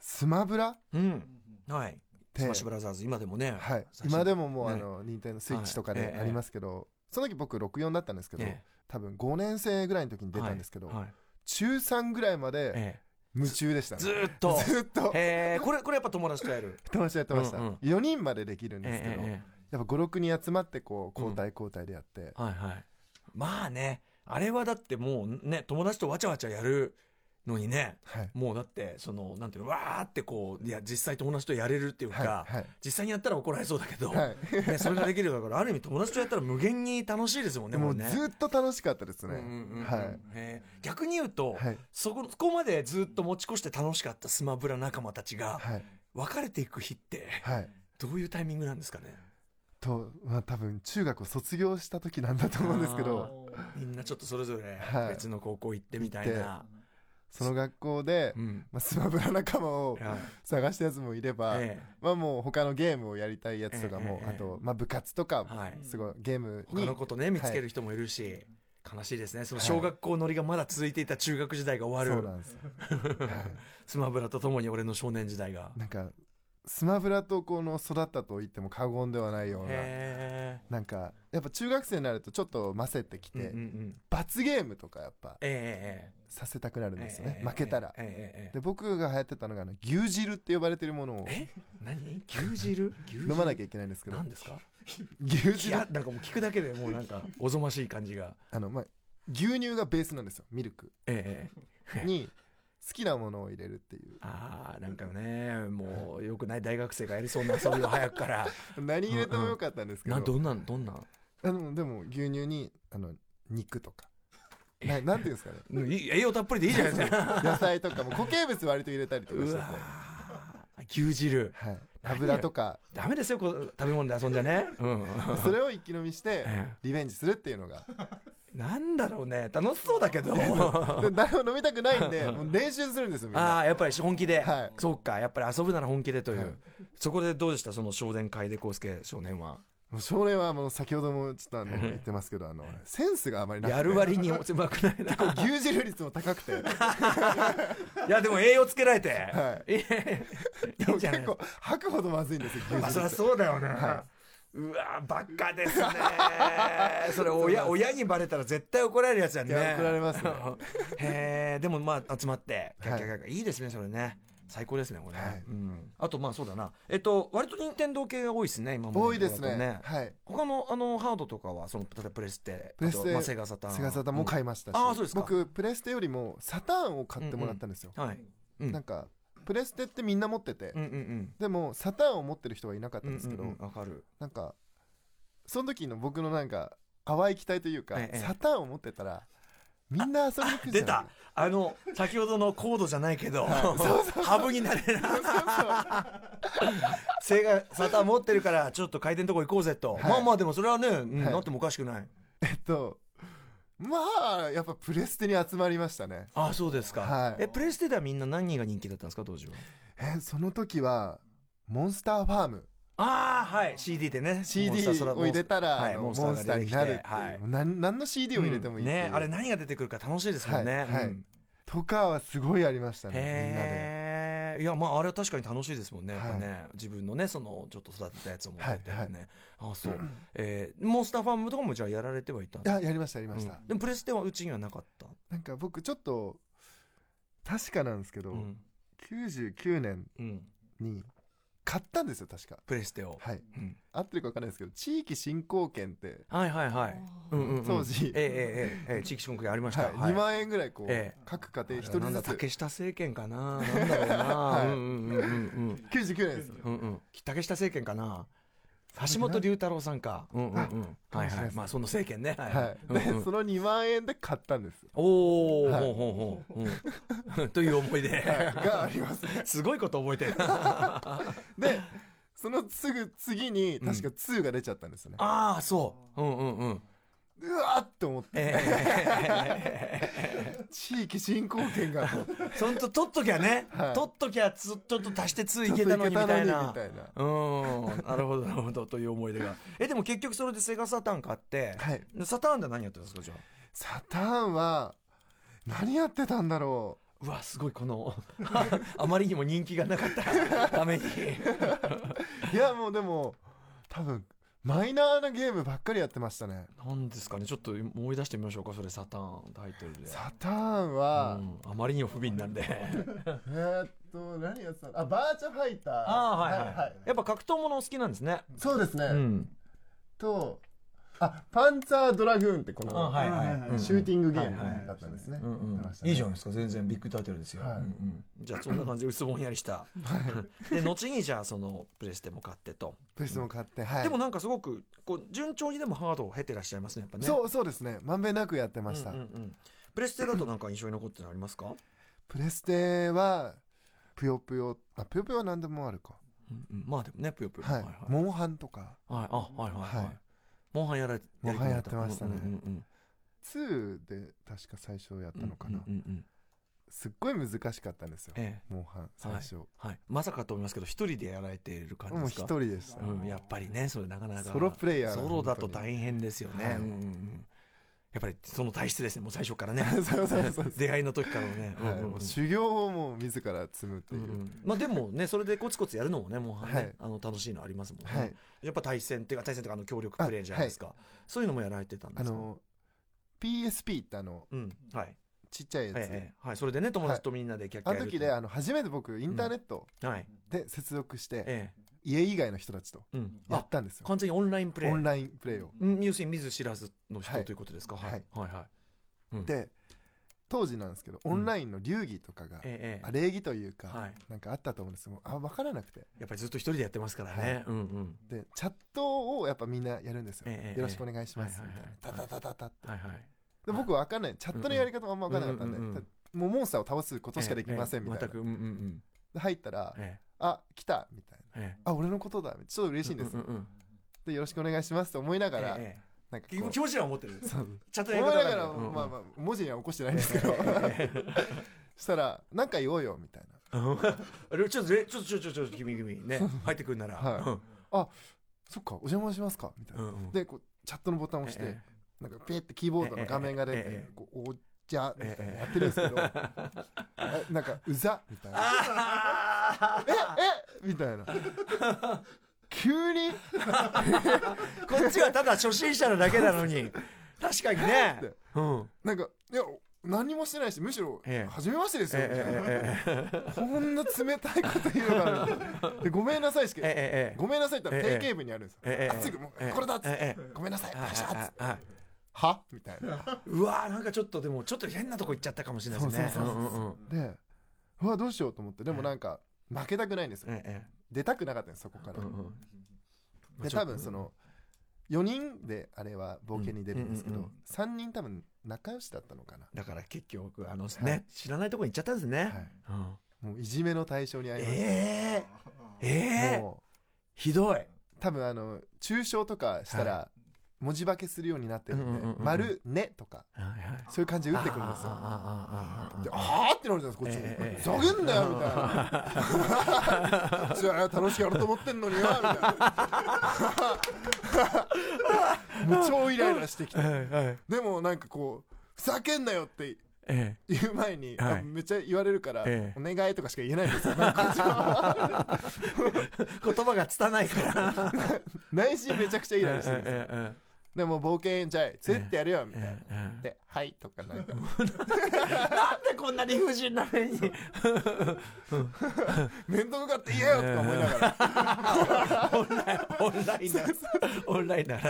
スマブラっうんはいてスマッシュブラザーズ今でもねはい、最新今でももうねあの、任天堂スイッチとかはいえでえありますけど、その時僕64だったんですけど、え多分5年生ぐらいの時にえ出たんですけど、はいはい中3ぐらいまでえ夢中でしえた、ねずーっとずっとええこれこれやっぱ友達とやる友達とやってました、うんうん4人までできるんえですけど、ええやっぱ56人集まってこう交代交代でやって、えはいはいまあねあれはだってもうね友達とわちゃわちゃやるのにねはいもうだってそのなんていうのわーってこういや実際友達とやれるっていうか、はいはい実際にやったら怒られそうだけど、はいね、それができるだからある意味友達とやったら無限に楽しいですもんねももううねずっと楽しかったですうんね、うんうんうんはいえー逆に言うと、はいそこそこまでずっと持ち越して楽しかったスマブラ仲間たちがはい別れていく日ってはいどういうタイミングなんですかねとまあ多分中学を卒業した時なんだと思うんですけどみんなちょっとそれぞれはい別の高校行ってみたいな、その学校で、うんまあ、スマブラ仲間をはい探したやつもいれば、えまあもう他のゲームをやりたいやつとかも、ええええあと、まあ部活とかえ、はい、すごいゲーム他にのことね見つける人もいるし、悲しいですねその小学校乗りがまだ続いていた中学時代が終わそうる、なんですよ、はいスマブラとともに俺の少年時代がなんかスマブラとこの育ったと言っても過言ではないようなへなんかやっぱ中学生になるとちょっとませてきえて、うんうんうん罰ゲームとかやっぱえさせたくなるえんえええですよね、ええ負けたら、えええええで僕が流行ってたのがあの牛汁って呼ばれてるものをえ何牛汁牛汁飲まなきゃいけないんですけど何ですか牛い汁やなんかもう聞くだけでもうなんかおぞましい感じがあの、まあ、牛乳がベースなんですよミルクええええに好きなものを入れるっていうああなんかねもうよくない大学生がやりそうな遊びを早く *laughs* から何入れてもよかったんですけど、などんなんどんなんあのでも牛乳にあの肉とかななんていう *laughs* んですかねうんいい栄養たっぷりでいいじゃな *laughs* いですか野菜とかも固形物割と入れたりとかしうてて、わー牛汁はい、油とかダメですよこう食べ物で遊んじゃねうん *laughs* それを一気飲みしてえリベンジするっていうのがなんだろうね楽しそうだけ *laughs* どで誰も飲みたくない *laughs* んでもう練習するんですよみんあなあやっぱり本気で、はいそうかやっぱり遊ぶなら本気でという、はいそこでどうでしたその少年会で康介少年はもう少年はもう先ほどもちょっと *laughs* あの言ってますけどあのセンスがあまりなくてやる割にうまくない *laughs* な牛汁率も *laughs* 高くていやでも栄養つけられて、、はいいいんじゃない結構吐くほどまずいんですよまあ牛そりゃ汁ってそうだよね、うわバカですねそれ親親にバレたら絶対怒られるやつだねいや怒られますねへえでもまあ集まってキャはッいキャッキャッキャいいですねそれね最高ですねこれね、はいうん、あとまあそうだなえっと割と任天堂系が多いですね今まの多いですところだとねはい他のあのハードとかはその例えばプレステプレスあとテまあセガサターンセガサターンも買いましたし、うんあーそうですか僕プレステよりもサターンを買ってもらったんですよ、はいうんなんかプレステってみんな持ってて、うんうんうんでもサターンを持ってる人はいなかったうんんですけど、うんうんわかるなんかその時の僕のなんか淡い期待というか、ええサターンを持ってたらみんな遊びに来るじ出ゃないたあの先ほどのコードじゃないけど、 *laughs* ハブになれなセガサターン持ってるからちょっと回転とこ行こうぜと、いまあまあでもそれはね、うんはいなってもおかしくないえっと *laughs* まあやっぱプレステに集まりましたねああそうですか、はいえプレイステではみんな何が人気だったんですか当時はえその時はモンスターファームああはい CD でね CD を入れたら、はいあのモモンンスタースターになるっていう、が出てきてなん何の CD を入れてもいいっていう、ねあれ何が出てくるか楽しいですもんね、はいはいうんとかはすごいありましたねみんなでへえいやまああれは確かに楽しいですもんね,、はいやっぱね自分のねそのちょっと育てたやつを持っててね、はいあそう、えー、モンスターファームとかもじゃあやられてはいたんいややりましたやりまうしんた、でもプレステはうちにはなかった、なんか僕ちょっと確かなんですけど、うん99年うん、に買ったんですよ確かプレステを、はいうん合ってるか分かんないですけど地域振興券って、はいはいはい、うんうんうん、当時ええええええ地域振興ありました、はい2万円ぐらいこう、ええ各家庭一な人んだずつ竹下政権かななんだろうな、 *laughs* はいうんうんうんうん99年ですようんうん、竹下政権かな橋本龍太郎さんか。うんうんうんあはいかもはしれないい。ですまあその政権ね。はいはい、でうんうんその2万円で買ったんです、おお、はいほうほうほううん *laughs* という思いはいで。がありますすごいこと覚えてる。 *laughs* あでそのすぐ次にん確か2が出ちゃったんですよね、あー、そう。うんうんうん。うわーって思ってえ地域振興券が *laughs* えそんと取っときゃねはい。取っときゃつ、ちょっと足して2ちいょっとけたのにみたいなみ。たいなうん。なるほど、なるほど。という思い出が。え、でも結局それでセガサターン買って、はいでサターンで何やってたんですか、じゃあ。サターンは何やってたんだろうわ、すごい、この、 *laughs* あまりにも人気がなかったた *laughs* めに。ういやもうでも多分マイナーなゲームばっかりやってましたね何ですかね、ちょっと思い出してみましょうか、それ、サターンタイトルで。サターンは、うんあまりにも不憫なんで。えーっと何やってたのあバーチャファイター *laughs* ああ、はいはいはい。やっぱ格闘ものお好きなんですね。そうですね、うん。とあパンツァードラグーンってこの、あはいはいはいうんシューティングゲーはいはいムだったんですね、うんやってうんましたねいいじゃないですか、全然ビッグタイトルですよ。はいうんうんじゃあ、そんな感じで薄ぼんやりした。で、後にじゃあ、その、プレステも買ってと。プレステも買って、はいでもなんかすごく、こう、順調にでもハードを経てらっしゃいますね、やっぱね。そうそうですねまんべんなくやってました、うんうんうんプレステだとなんか印象に残ってるのありますかプレステはぷよぷよあぷよぷよは何でもあるかうんうんまあでもね、ぷよぷよ。はい、はいモンハンとかはい、あ、はいはいははいい。モンハンやられモンハンやってましたねうんうん2で確か最初やっうんたのかうな、んうんうんすっごい難しかったんですよ、ええモンハン最初、はい。まさかと思いますけど、一人でやられている感じもうですか一人でした、うん、やっぱりね、それなかなか。ソロプレイヤーソロだと大変ですよね。はいうんうんうんやっぱりその体質ですね、もう最初からね。 *laughs* そうそうそうそう出会いの時からのね。はいうんうんもうんう修行をもう自ら積むってういんう、うんまあでもね、それでコツコツやるのもね、もうね、はいあの楽しいのありますもんね。はいやっぱ対戦っていうか、対戦とかあの協力プレイじゃないですか、そういうのもやられてたんであすかの PSP ってあのうん、はい。ちっちゃいやつ、ええはい、それでね、友達とみんなでキャッキャあやのる時であの初めて僕インターネットはい。で接続してえ家以外の人たちとえうん。やあっ、たんですよ完全にオンラインプレイ。オンラインプレイをうん要するに見ず知らずのは人いということですか。は。はいいはいはい。うん、で当時なんですけどオンラインの流儀とかが、ええあ礼儀というか、はいなんかあったと思うんですけどあ分からなくてやっぱりずっと一人でやってますからね。はいうんうん。でチャットをやっぱみんなやるんですよ、ええよろしくお願いしますはいみはいたはいいな、タタタタタってはいはい。で僕分かんないチャットのやり方もあんま分からなかったんで、うんうんうんもうモンスターを倒すことしかできませんみたいえな、え全く、うんうんうん。で入ったらえ「あ来た」みたいなええ「あ俺のことだ」ちょっと嬉しいんですよ、うんうんうんでよろしくお願いしますと思いながら、えなえんか気こ持う気持ちは思ってる。そうちゃんと思やり方いなががら、あるうんうんまあまあ文字には起こしてないんですけどしたら「なんか言おうよ」みたいなあれちょっとえちょっとちょっとちょっと君君ね入ってくるなら。は「そっかお邪魔しますか」みたいうんな、うんうんでこうチャットのボタンを押して、えなんかピッてキーボードの画面が出て、ええええええこうおじゃみたいなのやってるんですけど、えなんかうざみたいなあええ *laughs* みたいな急にーこっちはただ初心者なだけなのに確かにねって。うん。なんかいや何もしてないしむしろええ初めましてですよ、みたいなええええこんな冷たいこと言うのかなみた *laughs* いなでごめんなさいしかええええごめんなさいって言ったええら定型文にあるんですよ。ええあすぐもうええこれだっつって、ええごめんなさい、あパシャッつってああはみたいな。うわーなんかちょっとでもちょっと変なとこ行っちゃったかもしれないですね。そうそうそううんうんうんで、うわ、どうしようと思って、でもなんか、負けたくないんですよ。ええ出たくなかったんです、そこからええう。んうんで、多分その、4人であれは冒険に出るんですけうんうんどう、 3人多分仲良しだったのかな。だから結局あのね、はい知らないとこに行っちゃったんですね。はいうんもういじめの対象にありましええた。ええもひどい。う、多分あの、中傷とかしたら、文字化けするようになってるうんうんうんんうで、ん丸、ねとか、そういう感じで打ってくるんですよ。で、はぁってなるじゃないですか、こええっち。ふざけんなよ、みたいな。こっちは楽しくやろうと思ってんのによ、みたいな。 *laughs* もう超イライラしてきて。でもなんかこう、ふざけんなよってえ言う前に、はいあめっちゃ言われるから、ええお願いとかしか言えないんですよ。なんかこっちは言葉が拙いから。内心めちゃくちゃイライラしてるんですよ。ええでも冒険じゃい、連れてってやるよ、みたいな。ええで、はいとかなんか。なんでこんな理不尽な目に。面と向かって言えよとか思いなが *laughs* ら。オンライン、オンラインなら。オンラインなら。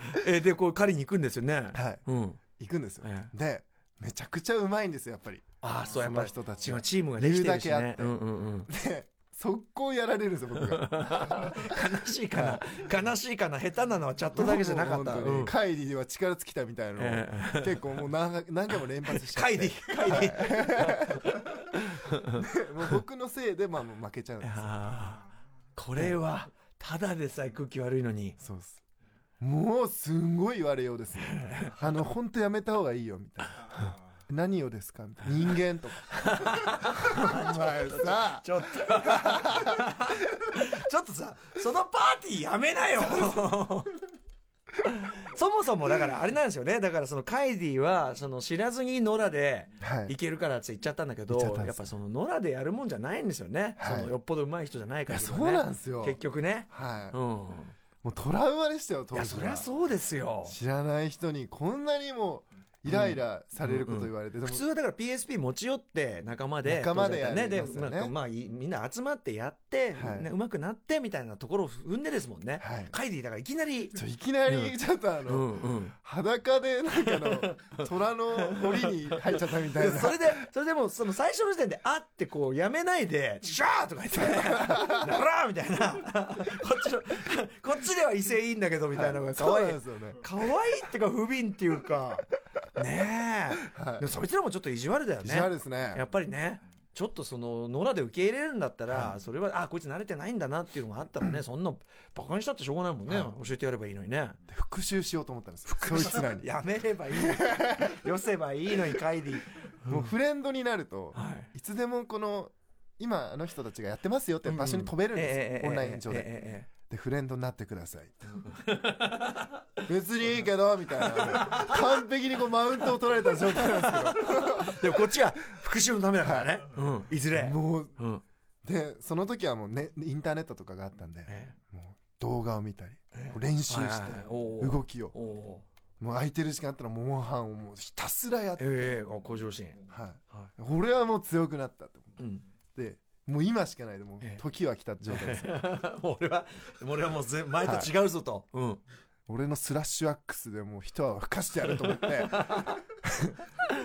*laughs* え、で、こう、狩りに行くんですよね。はい。うん。行くんですよえ。で、めちゃくちゃうまいんですよ、やっぱり。ああ、そう、やっそぱの人たり。ち違はう、チームができてるし理由だけあね *laughs* っ。てうんうんうん。で速攻やられるんですよ僕が悲しいかな悲しいかな下手なのはチャットだけじゃなかったもううん本当に帰りは力尽きたみたいなのをえ結構もう何何回も連発しちゃっカイてディカイディ *laughs* もう僕のせいでまあもう負けちゃうんです *laughs* あーこれはただでさえ空気悪いのにそうっすもうすんごい言われようですねあの本当やめた方がいいよみたいな何をですかみたいな人間と *laughs* かお前さちょっと *laughs* ちょっとさそのパーティーやめなよ *laughs* そもそもだからあれなんですよねだからそのカイディはその知らずに野良ではいいけるからって言っちゃったんだけ言っちゃっどたんやでっすぱその野良でやるもんじゃないんですよね、はいそのよっぽど上手い人じゃないから、ね、いやそうなんですよ結局ねはうんいもうトラウマでしたよい当や時そりゃはそうですよ知らない人にこんなにもイライラされること言われて、でも普通はだから PSP 持ち寄って仲間で仲間で当然だねやでりますよねなんかまあいみんな集まってやって、はいね、うまくなってみたいなところを踏んでですもんね、はいカイディだからいきなりちょいきなうんりちょっとあの、うんうん裸でなんかの虎の檻に入っちゃったみたいなそれで、それでも、その最初の時点で、あってこう、やめないで、シャーとか言っ *laughs* て、ならーみたいな。こっちの、こっちでは威勢いいんだけど、みたいなのが可そう愛なんいで。すよね可愛いっていうか、不憫っていうか、ねえ。はでいもそいつらもちょっと意地悪だよ意ね。地悪ですねやっぱりね。ちょっとその野良で受け入れるんだったら、それは、あ、こいつ慣れてないんだなっていうのがあった *laughs* らね、そんな、バカにしたってしょうがないもんね。教えてやればいいのにね。復讐しようと思ったんですそいつらにやめればいい *laughs* のに。寄せばいいのに、カイディ。もうフレンドになると、はい。いつでもこの今あの人たちがやってますよって場所に飛べるんですよ、オンライン上で、で。でフレンドになってください別にいいけどみたいな完璧にこうマウントを取られた状態なんですでもこっちは復讐のためだからね。うん。いずけれど。もううん。でその時はもう、ね、インターネットとかがあったんでえもう動画を見たり練習してはいはいはいおー動きをおお。もう空いてる時間あったらもうモンハンをもうひたすらやって、ええあ向上心。は、はい俺はもう強くなったと思い。うん。ってもう今しかないでもうええ時は来た状態です *laughs* 俺は、俺はもうぜ前と違うぞと。うん。俺のスラッシュアックスでもう一泡吹かしてやると *laughs* 思って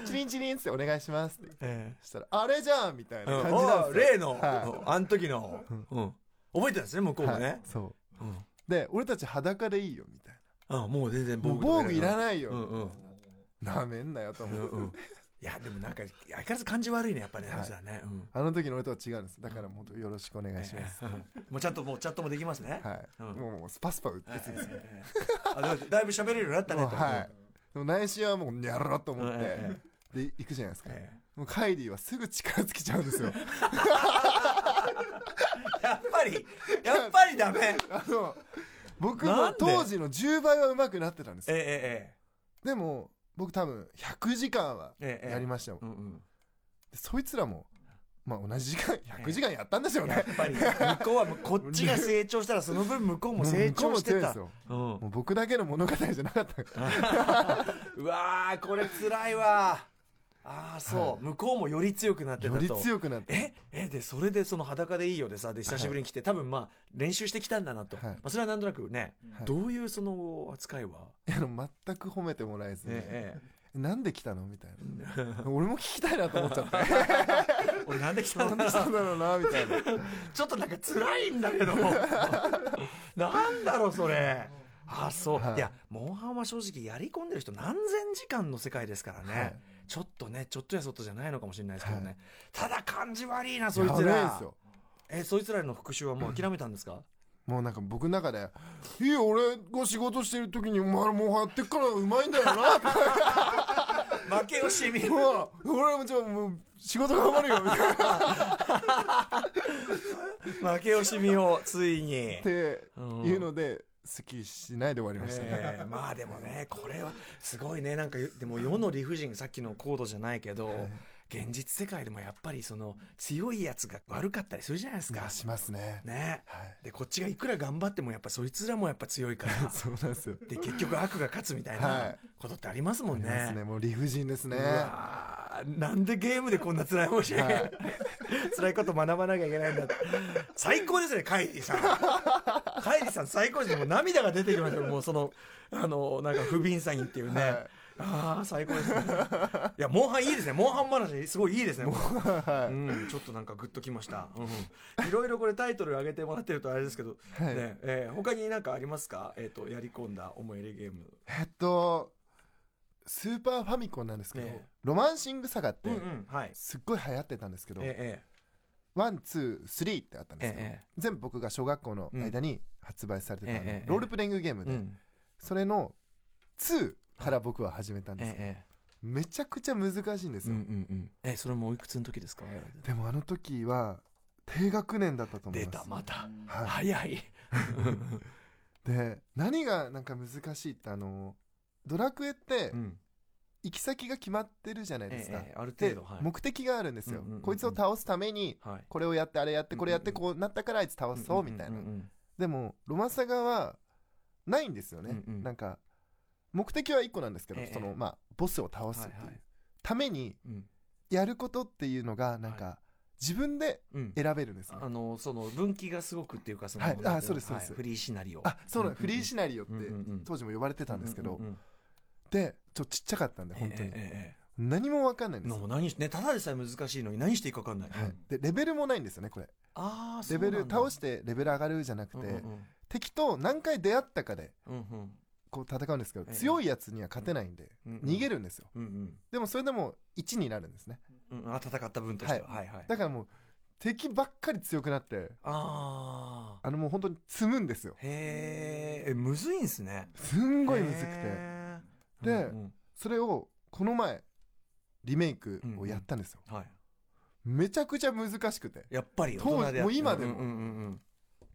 チリンチリンっつってお願いしますってえしたらあれじゃんみたいえ。うな感んじなんおーですよ、例の、はあの時の、うん。覚えてたんですね、向こうもはいね。そううん。で俺たち裸でいいよみたいあもう全然なもう防具いらい。ないよ、うんうん。なめんなよとう思んう、うん。いや、でもなんか、相変わらず感じ悪いね、やっぱね、話だね。うん。あの時の俺とは違うんですだからもっとよろしくお願いします、ええうんもうちゃんと、もうチャットもできますね。はい、うんもうもうスパスパ打ってついですええあだだいぶ喋れるようになったねもうと。はいでも内心はもうにゃろと思って、えで行くじゃないですか、ええもうカイリーはすぐ力尽きちゃうんですよやっぱり、やっぱりダメ。あの僕なんもで当時の10倍は上手くなってたんですよええでも僕多分100時間はええええやりましたよ、ええ。うんうん。でそいつらも、まあ、同じ時間100時間やったんですよやねっぱり、向こうはもうこっちが成長したら、その分向こうも成長してた。うん *laughs* もう向こうも強いですよもう僕だけの物語じゃなかったうわー、これ辛いわ。ああ、そう。向こうもより強くなってたよと。り強くなってええでそれでその裸でいいよでさで久しぶりに来て、多分まあ練習してきたんだなと、はいまあ、それはなんとなくね、はいどういうその扱いは、あの全く褒めてもらえずに、ええなんで来たのみたい *laughs* な俺も聞きたいなと思っちゃってええ、俺なんで来たなんんでだ来たんだろうなみたいな *laughs* ちょっとなんか辛いんだけ *laughs* ど。なんだろう、それ。あ、そう。はいい、や、モンハンは正直やり込んでる人何千時間の世界ですからね。はいちょっとね、ちょっとやそっとじゃないのかもしれないですけどね。たはだ感じ悪いな、そいやつべえでらす。よえ、そいつらへの復讐はもう諦めたんですかもうなんか僕の中で「いいよ俺が仕事してる時にお前らもうやってっからうまいんだ *laughs* よな」って負け惜しみ。もう俺もじゃあもう仕事頑張るよみたいな負け惜しみを、ついにっ。ていうので、すっきりしないで終わりましたね。ええまあでもねこれはすごいねなんかでも世の理不尽さっきの高度じゃないけど、現実世界でもやっぱりその強いやつが悪かったりするじゃないですいかや、。しますね。ね、はいでこっちがいくら頑張ってもやっぱそいつらもやっぱ強いから *laughs* そうなんですよ。で結局悪が勝つみたいはないことってありますもんね。ですね。もう理不尽ですね。うわーなんでゲームでこんな辛いもんし、はい辛いこと学ばなきゃいけないんだって最高ですねカイリーさんカイリーさん最高ですもう涙が出てきましたよもうそのあのなんか不憫さにっていうね、はいああ、最高ですね。いや、モンハンいいですね。モンハン話、すごいいいですね。はうん、ちょっとなんかグッときました。うん、いろいろこれタイトル上げてもらってるとあれですけど、い、はいねえー他になんかありますかえっ、と、やり込んだ思い入れゲーム。えっとスーパーファミコンなんですけど、ええロマンシングサガって、うんうん、はい。すっごい流行ってたんですけど、えワン、ツー、スリーってあったんええですけど、え全部僕が小学校の間に発売されてた、ええええロールプレイングゲームえで、それの2から僕は始めたんえですよ、えめちゃくちゃ難しいんですよ、うん。え、それもおいくつの時ですかでもあの時は低学年だったと思い出また、すまた。は早い。い、で何がなんか難しいってあのドラクエってうん行き先が決まってるじゃないです *laughs* か、ええええあるで程度、はい。目的があるんですよ、うんうんうんうんこいつを倒すためにはい。これをやってあれやってこれやっうてんうんこうなったからあいつ倒そうみたいな、んんんでもロマサガはないんですよね、うんうんなんか目的は一個なんですけど、ええそのまあボスを倒すっていう、はいはいためにうんやることっていうのがなんか、自分でうん選べるんですねあの、その、分岐がすごくっていうか、その、はいあなんていのそうですそうですはいフリーシナリオ。あそうなの、んんフリーシナリオってうんうんうん当時も呼ばれてたんですけど、うううんでちょっとちっちゃかったんで本え当に、えええええ何も分かんないんですのよ、も何しね、ただでさえ難しいのに何していいか分かんない。はい、でレベルもないんですよねこれああ、レベル倒てしてレベル上がるじゃなくて、うんうん敵と何回出会ったかでうんうんこう戦うんですけど、ええ強いやつには勝てないんで、うんうん逃げるんですようんでもそれでも1になるんですねうんうんあ戦った分としては。ははいはい。だからもう敵ばっかり強くなってああ。あのもう本当に積むんですよへーえ、むずいんすね。すんすごいむずくてでそれをこの前リメイクをやったんですよ、はい。めちゃくちゃ難しくてやっぱり大当時人でやってるもう今でもうんうんうん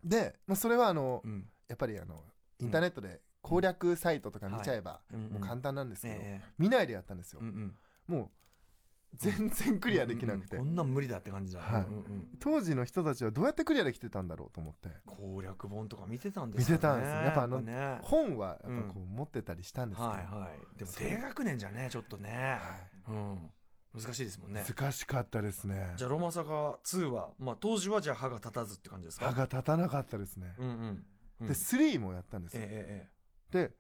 で、まあ、それはあの、うんうんやっぱりあのインターネットで攻略サイトとか見ちゃえば、うんうんもう簡単なんですけど、え見ないでやったんですえよう、んうんもう全然クリアできなくうて、んうんこんなん無理だって感じだ。はいうんうん当時の人たちはどうやってクリアできてたんだろうと思って攻略本とか見てたんですかね見てたんですねやっぱあのやね本はやっぱこう持ってたりしたんですけど、はいはい。でも低学年じゃね、ちょっとね。うん。難しいですもんね。難しかったですねじゃあ、ロマサガ2は、まあ当時はじゃあ歯が立たずって感じですか歯が立たなかったですね、うんうんうん。で3もやったんですええよ、えで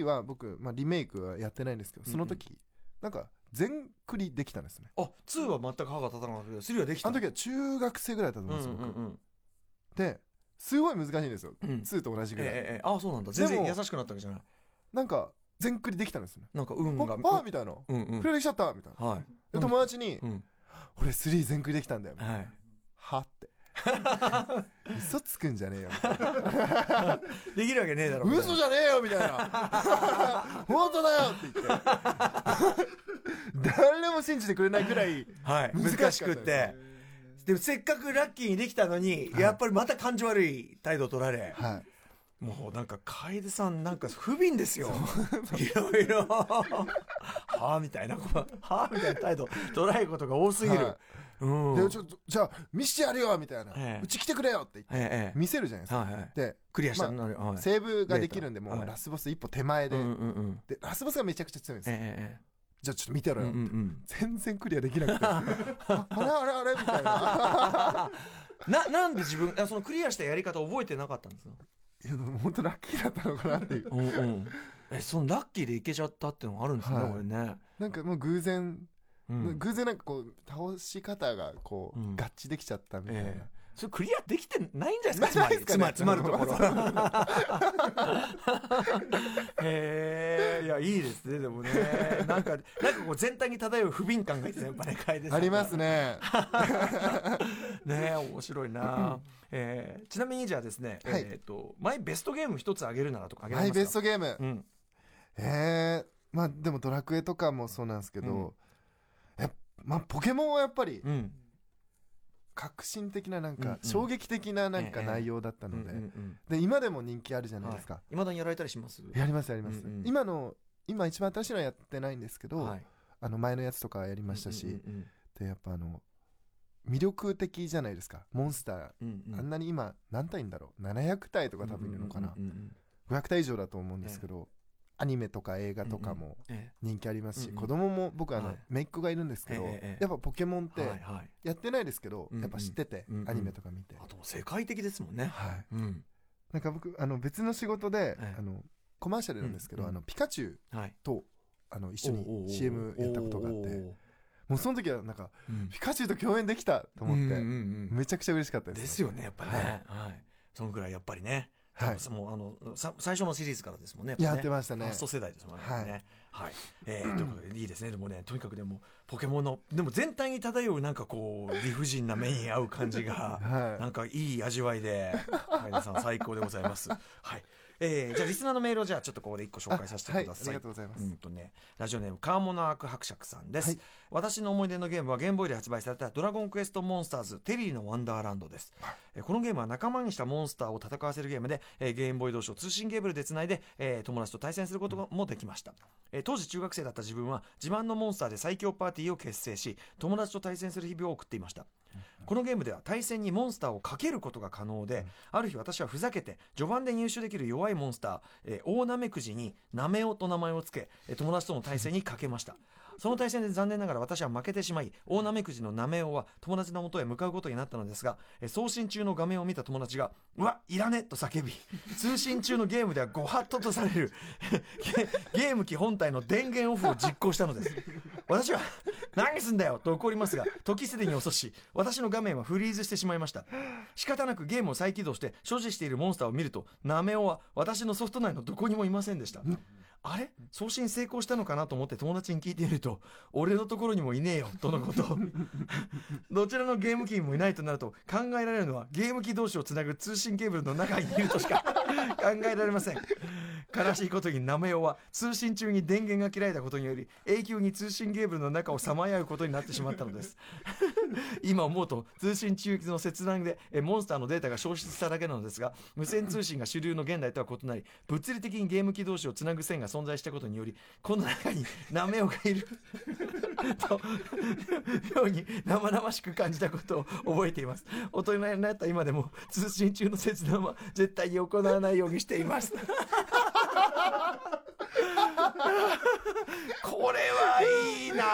3は僕、まあ、リメイクはやってないんですけどその時、なんか全クリできたんですねえ。あ、2は全く歯が立たなかったけど、3はできた。あの時は中学生ぐらいだったとう思んううんでんすよ、うん。僕ですごい難しいんですよ、うん2と同じええぐらい、ええあ、そうなんだ。全然で優もしくなったわけじゃない。なんか全クリできたんですね、なんか運あが。あみたいな、うんうんクリ。アできちゃったみたいな、はい。で友達に、うん。俺3全クリできたんだよ、はい。はって *laughs* 嘘つくんじゃねえよできるわけねえだろ。嘘じゃねえよみ *laughs* たいな本当だよって言って誰も信じてくれないくらいはい。難しかった難しくって。でもせっかくラッキーにできたのに、やっぱりまた感じ悪い態度取られ。はもうなんか楓さんなんか不憫ですよ。いろいろ。はあみたいな、こうはあみたいな態度、捉えることが多すぎる。はうん。いでちょっとじゃあ見してやるよみたいなええうち来てくれよって言ってえええ見せるじゃないえ。ですかはいはい。でクリアしたまのに、はいあセーブができるんでもはういラスボス一歩手前でうんうんうん。でラスボスがめちゃくちゃ強いんですよえじゃあちょっと見てえええ。ろうんようんうん。全然クリアでき *laughs* なくてああれあれあれみたいなな、なんで自分、あそのクリアしたやり方覚えてなかったんですかいやでも本当ラッキーだったのかなっていううんうん。え、そのラッキーでいけちゃったっていうのがあるんですね、はいこれね。なんかもう偶然うん。偶然なんかこう倒し方がこううん合致できちゃったみたいなええ。それクリアできてないんじゃないですか、 *laughs* ないですつかまねり。つまり、つまるところ。 *laughs* へえ、いや、いいですね、でもね。なんか、なんかこう全体に漂う不憫感がいいですね、やっぱね、楓さん *laughs* あります。ね。 *laughs* ねえ面白いな、えーちなみにじゃあですね、はいえっ、と、マイベストゲーム一つあげるならとかあげらマれイますかベストゲーム。うん。ええまあでもドラクエとかもそうなんですけど、やっまあポケモンはやっぱりうん。革新的ななうんんうんか衝撃的ななんかええ内容だったうんうのんで、うんで今でも人気あるじゃないはですか。いまだにやられたりしますやりますやります。うんうん今の今一番新しいのはやってないんですけど、はいあの前のやつとかはやりましたし、うんうんでやっぱあの魅力的じゃないですか。モンスター。うんうんあんなに今何体いんだろう ?700 体とか多分いるのかなう。んうんうん500体以上だと思うんですけど、アニメとか映画とかもうんえ人気ありますし、うんうん子供も僕あの、はい姪っ子がいるんですけど、ええええやっぱポケモンっえてはいはいやってないですけど、うんうんやっぱ知ってて、うんうんアニメとか見て、あともう世界的ですもんねはいうんなんか僕あの別の仕事で、ええあのコマーシャルなんですけど、うんうんあのピカチュウはいとあの一緒に CM やったことがあっておーもうその時はなんかうんピカチュウと共演できたと思って、うんうんうんめちゃくちゃ嬉しかったですですよねやっぱりねはいそのぐらいやっぱりねはいもうあのさ最初のシリーズからですもんねやってまましたファねースト世代ですもんね。はい。はい。えーということで、いいですね。でもね、とにかくでも、ポケモンの、でも全体に漂うなんかこう、理不尽な目に合う感じが、はいなんかいい味わいで、はい田さん最高でございます。はい。えーじゃあリスナーのメールをじゃあちょっとここで一個紹介させてください。あはいありがとうございますうんとね、ラジオネーム、カーモナーク伯爵さんです。はい私の思い出のゲームはゲームボーイで発売されたドラゴンクエストモンスターズテリーのワンダーランドです。えーこのゲームは仲間にしたモンスターを戦わせるゲームで、えーゲームボーイ同士を通信ケーブルでつないで、えー友達と対戦することもできました。えー当時中学生だった自分は自慢のモンスターで最強パーティーを結成し、友達と対戦する日々を送っていました。このゲームでは対戦にモンスターをかけることが可能で、ある日私はふざけて序盤で入手できる弱いモンスター、えー大ナメクジにナメオと名前を付けえー友達との対戦にかけましたその対戦で残念ながら私は負けてしまい大ナメクジのナメオは友達の元へ向かうことになったのですが、えー送信中の画面を見た友達が「うわいらね!」と叫び通信中のゲームではご法度とされる *laughs* ゲゲーム機本体の電源オフを実行したのです私は「何すんだよ!」と怒りますが時すでに遅し私の画面はフリーズしてしまいました仕方なくゲームを再起動して所持しているモンスターを見るとナメオは私のソフト内のどこにもいませんでしたあれ送信成功したのかなと思って友達に聞いてみると俺のところにもいねえよとのこと *laughs* どちらのゲーム機にもいないとなると考えられるのはゲーム機同士をつなぐ通信ケーブルの中にいるとしか *laughs* 考えられません悲しいことにナメオは通信中に電源が切られたことにより永久に通信ケーブルの中をさまようことになってしまったのです *laughs* 今思うと通信中の切断でえモンスターのデータが消失しただけなのですが無線通信が主流の現代とは異なり物理的にゲーム機同士をつなぐ線が存在したことによりこの中にナメオがいると妙に生々しく感じたことを覚えています大人になった今でも通信中の切断は *laughs* 絶対に行わないようにしています *laughs* これはいいな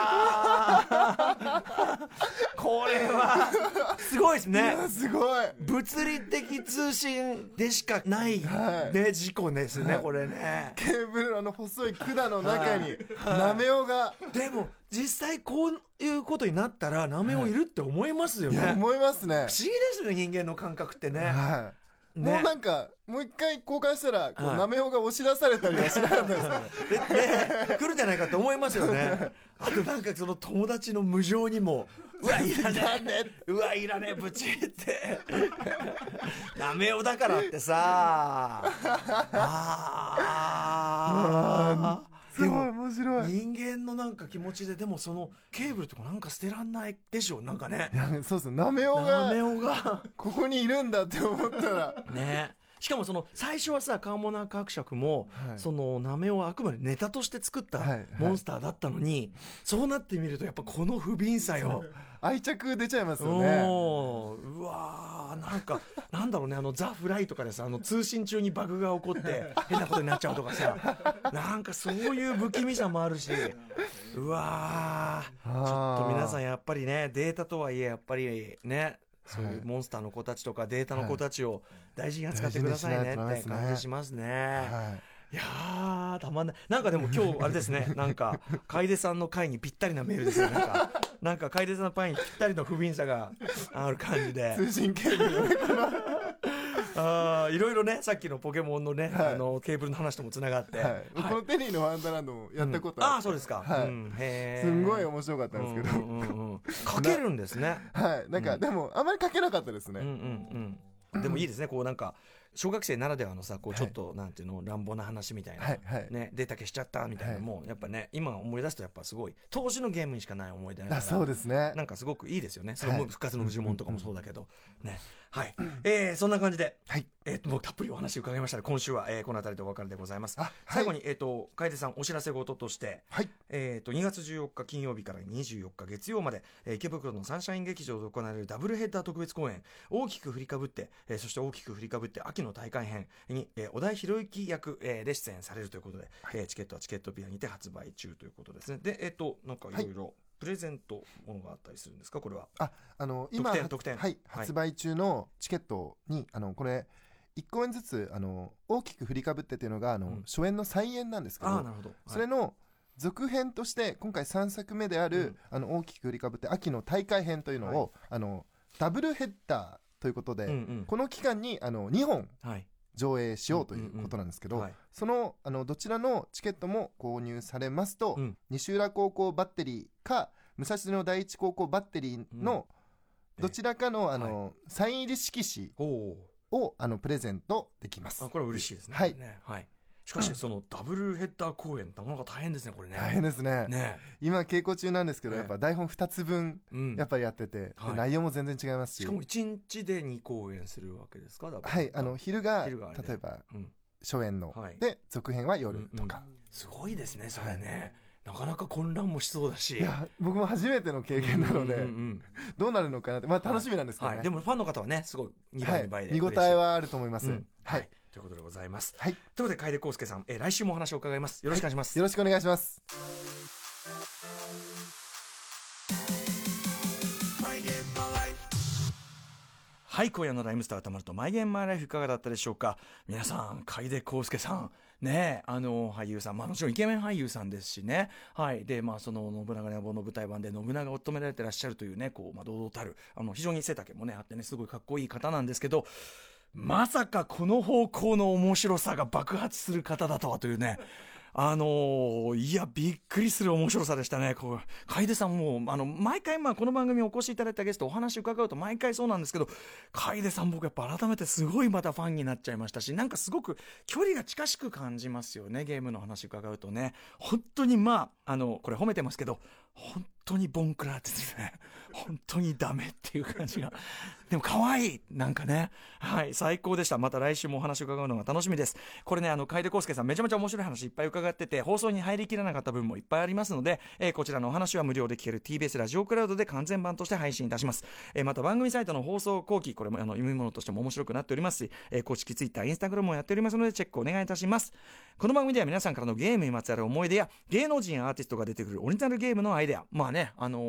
あ *laughs* これはすごいですねあすごい物理的通信でしかない、はいね、事故ですね、これね。ケーブルのあの細い管の中にナメオがでも、実際こういうことになったら、ナメオいるって思いますよいね。や不思思いますね議ですよね、人間の感覚ってね。はいねもうなんかもう一回公開したらこうはいナメオが押し出されたりはしなかったですかでね来るんじゃないかって思いますよ *laughs* ね。あとなんかその友達の無情にも、うわ、いらねえ、うわ、いらねえ、ブチって。ナメオだからってさ、あー。すごい面白いい人間のなんか気持ちででもそのケーブルとかなんか捨てらんないでしょなんかねやそうそうナメオラメがオがここにいるんだって思ったらねしかもその最初はさカーモナーク伯爵も、はいそのナメオはあくまでネタとして作ったはいはいモンスターだったのに、そうなってみるとやっぱこの不憫さよ愛着出ちゃいますよねおーうわーなんか *laughs* なんだろうねあのザ・フライとかでさあの通信中にバグが起こって変なことになっちゃうとかさなんかそういう不気味さもあるしうわーちょっと皆さんやっぱりねデータとはいえやっぱりねそういうモンスターの子たちとかデータの子たちを大事に扱ってくださいねって大事にしないとダメですね感じしますね。はいいやー、たまんない。なんかでも今日、あれです *laughs* ね、なんか、楓さんの会にぴったりなメールですね。なんか、なんか楓さんの会にぴったりの不憫さがある感じ *laughs* で。通信ケーブルあーいろいろね、さっきのポケモンのね、はいあの、ケーブルの話ともつながって。はいはいこのテリーのワンダーランドもやったことあああ、そうですか。はいうん、へるーすんごい面白かったんですけどうんうんうんかけるんですね。はいなんうかんでもあまり書けなかったですうんねうんうん。でもいいですね、こうなんか、小学生ならではのさ、こうちょっと、なんていうの、乱暴な話みたいな。はいはいね、データ消しちゃったみたいな、はいもうやっぱね今思い出すとやっぱすごい当時のゲームにしかない思い出だからあそうですねなんかすごくいいですよねそれもはい復活の呪文とかもそうだけど、ねはい、えーそんな感じで、はいえーともうたっぷりお話伺いましたので今週は、えーこの辺りでお別れでございます、あはい最後に、えー、と楓さんお知らせ事として、はいえー、と2月14日金曜日から24日月曜まで、えー池袋のサンシャイン劇場で行われるダブルヘッダー特別公演「大きく振りかぶって、えーそして大きく振りかぶって秋の大会編に」えー小田博之役、えーで出演されるということで、えーチケットはチケットピアにて発売中ということですねでえっ、となんかいろいろプレゼントものがあったりするんですかこれはあ、あの、今、特典は特典はい、はい発売中のチケットに、あの、これ、一公演ずつ、あの、大きく振りかぶってっていうのが、あの、うん初演の再演なんですけど、ああなるほど、はいそれの、続編として今回3作目である、あの大きく振りかぶって秋の大会編というのを、あのダブルヘッダーということで、うんうんこの期間にあの2本はい上映しようということなんですけど、はいそのあのどちらのチケットも購入されますと、うん西浦高校バッテリーか武蔵野第一高校バッテリーのうんどちらかの,、あのサイン入り色紙おおをあのプレゼントできますあこれは嬉しいですね。はいねはい、しかしそのダブルヘッダー公演なかなか大変ですねこれね。大変ですねね今稽古中なんですけど、ええやっぱ台本2つ分うんやっぱりやってて、ではい内容も全然違いますししかも一日で二公演するわけですかダブルはい、あの昼が昼があれで例えばうん初演の、はいで続編は夜とか、すごいですねそれね、なかなか混乱もしそうだし。いや僕も初めての経験なので、うんうんうんどうなるのかなってまあ楽しみなんですけどはね、い、でもファンの方はねすごい2は倍い2倍で、見応えはあると思います、嬉しい、うんははいい、ということでございます。はいということで楓康介さん、えー来週もお話を伺いますよろしくお願いします。よろしくお願いしますはい、今夜のライムスター歌丸とマイゲームマイライフいかがだったでしょうか皆さん、楓康介さん、ねえ、あの、俳優さん、まあもちろんイケメン俳優さんですしね。はい。で、まあその、信長の野望の舞台版で信長を務められてらっしゃるというね、こう、まあ堂々たる、あの、非常に背丈もね、あってね、すごいかっこいい方なんですけど、まさかこの方向の面白さが爆発する方だとはというね。あのーいや、びっくりする面白さでしたね。こう、楓さんも、あの、毎回、まあ、この番組お越しいただいたゲストお話伺うと毎回そうなんですけど、楓さん僕やっぱ改めてすごいまたファンになっちゃいましたし、なんかすごく距離が近しく感じますよね、ゲームの話伺うとね。本当にまあ、あの、これ褒めてますけど、本当にボンクラですね。 *laughs* 本当にダメっていう感じが。 *laughs* でも可愛いなんかね。はい、最高でした。また来週もお話伺うのが楽しみです。これね、あの、楓康介さんめちゃめちゃ面白い話いっぱい伺ってて、放送に入りきらなかった分もいっぱいありますので、えーこちらのお話は無料で聞ける TBS ラジオクラウドで完全版として配信いたします。えーまた番組サイトの放送後期、これもあの、読み物としても面白くなっておりますし、えー公式 Twitter、Instagram もやっておりますので、チェックお願いいたします。この番組では皆さんからのゲームにまつわる思い出や、芸能人やアーティストが出てくるオリジナルゲームのアイデア、まあね、あの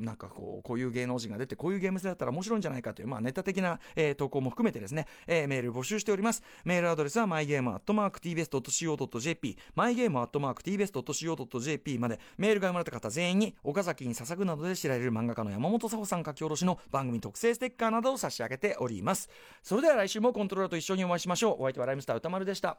ーなんかこう、こういう芸能人が出て、こういうゲーム性だったら面白いんじゃないかという、まあネタ的な、えー投稿も含めてですね、えーメール募集しております。メールアドレスは mygame.tbest.co.jp、mygame.tbest.co.jp まで、メールが読まれた方全員に、岡崎に捧ぐなどで知られる漫画家の山本佐穂さん書き下ろしの番組特製ステッカーなどを差し上げております。それでは来週もコントローラーと一緒にお会いしましょう。お相手はライムスター歌丸でした。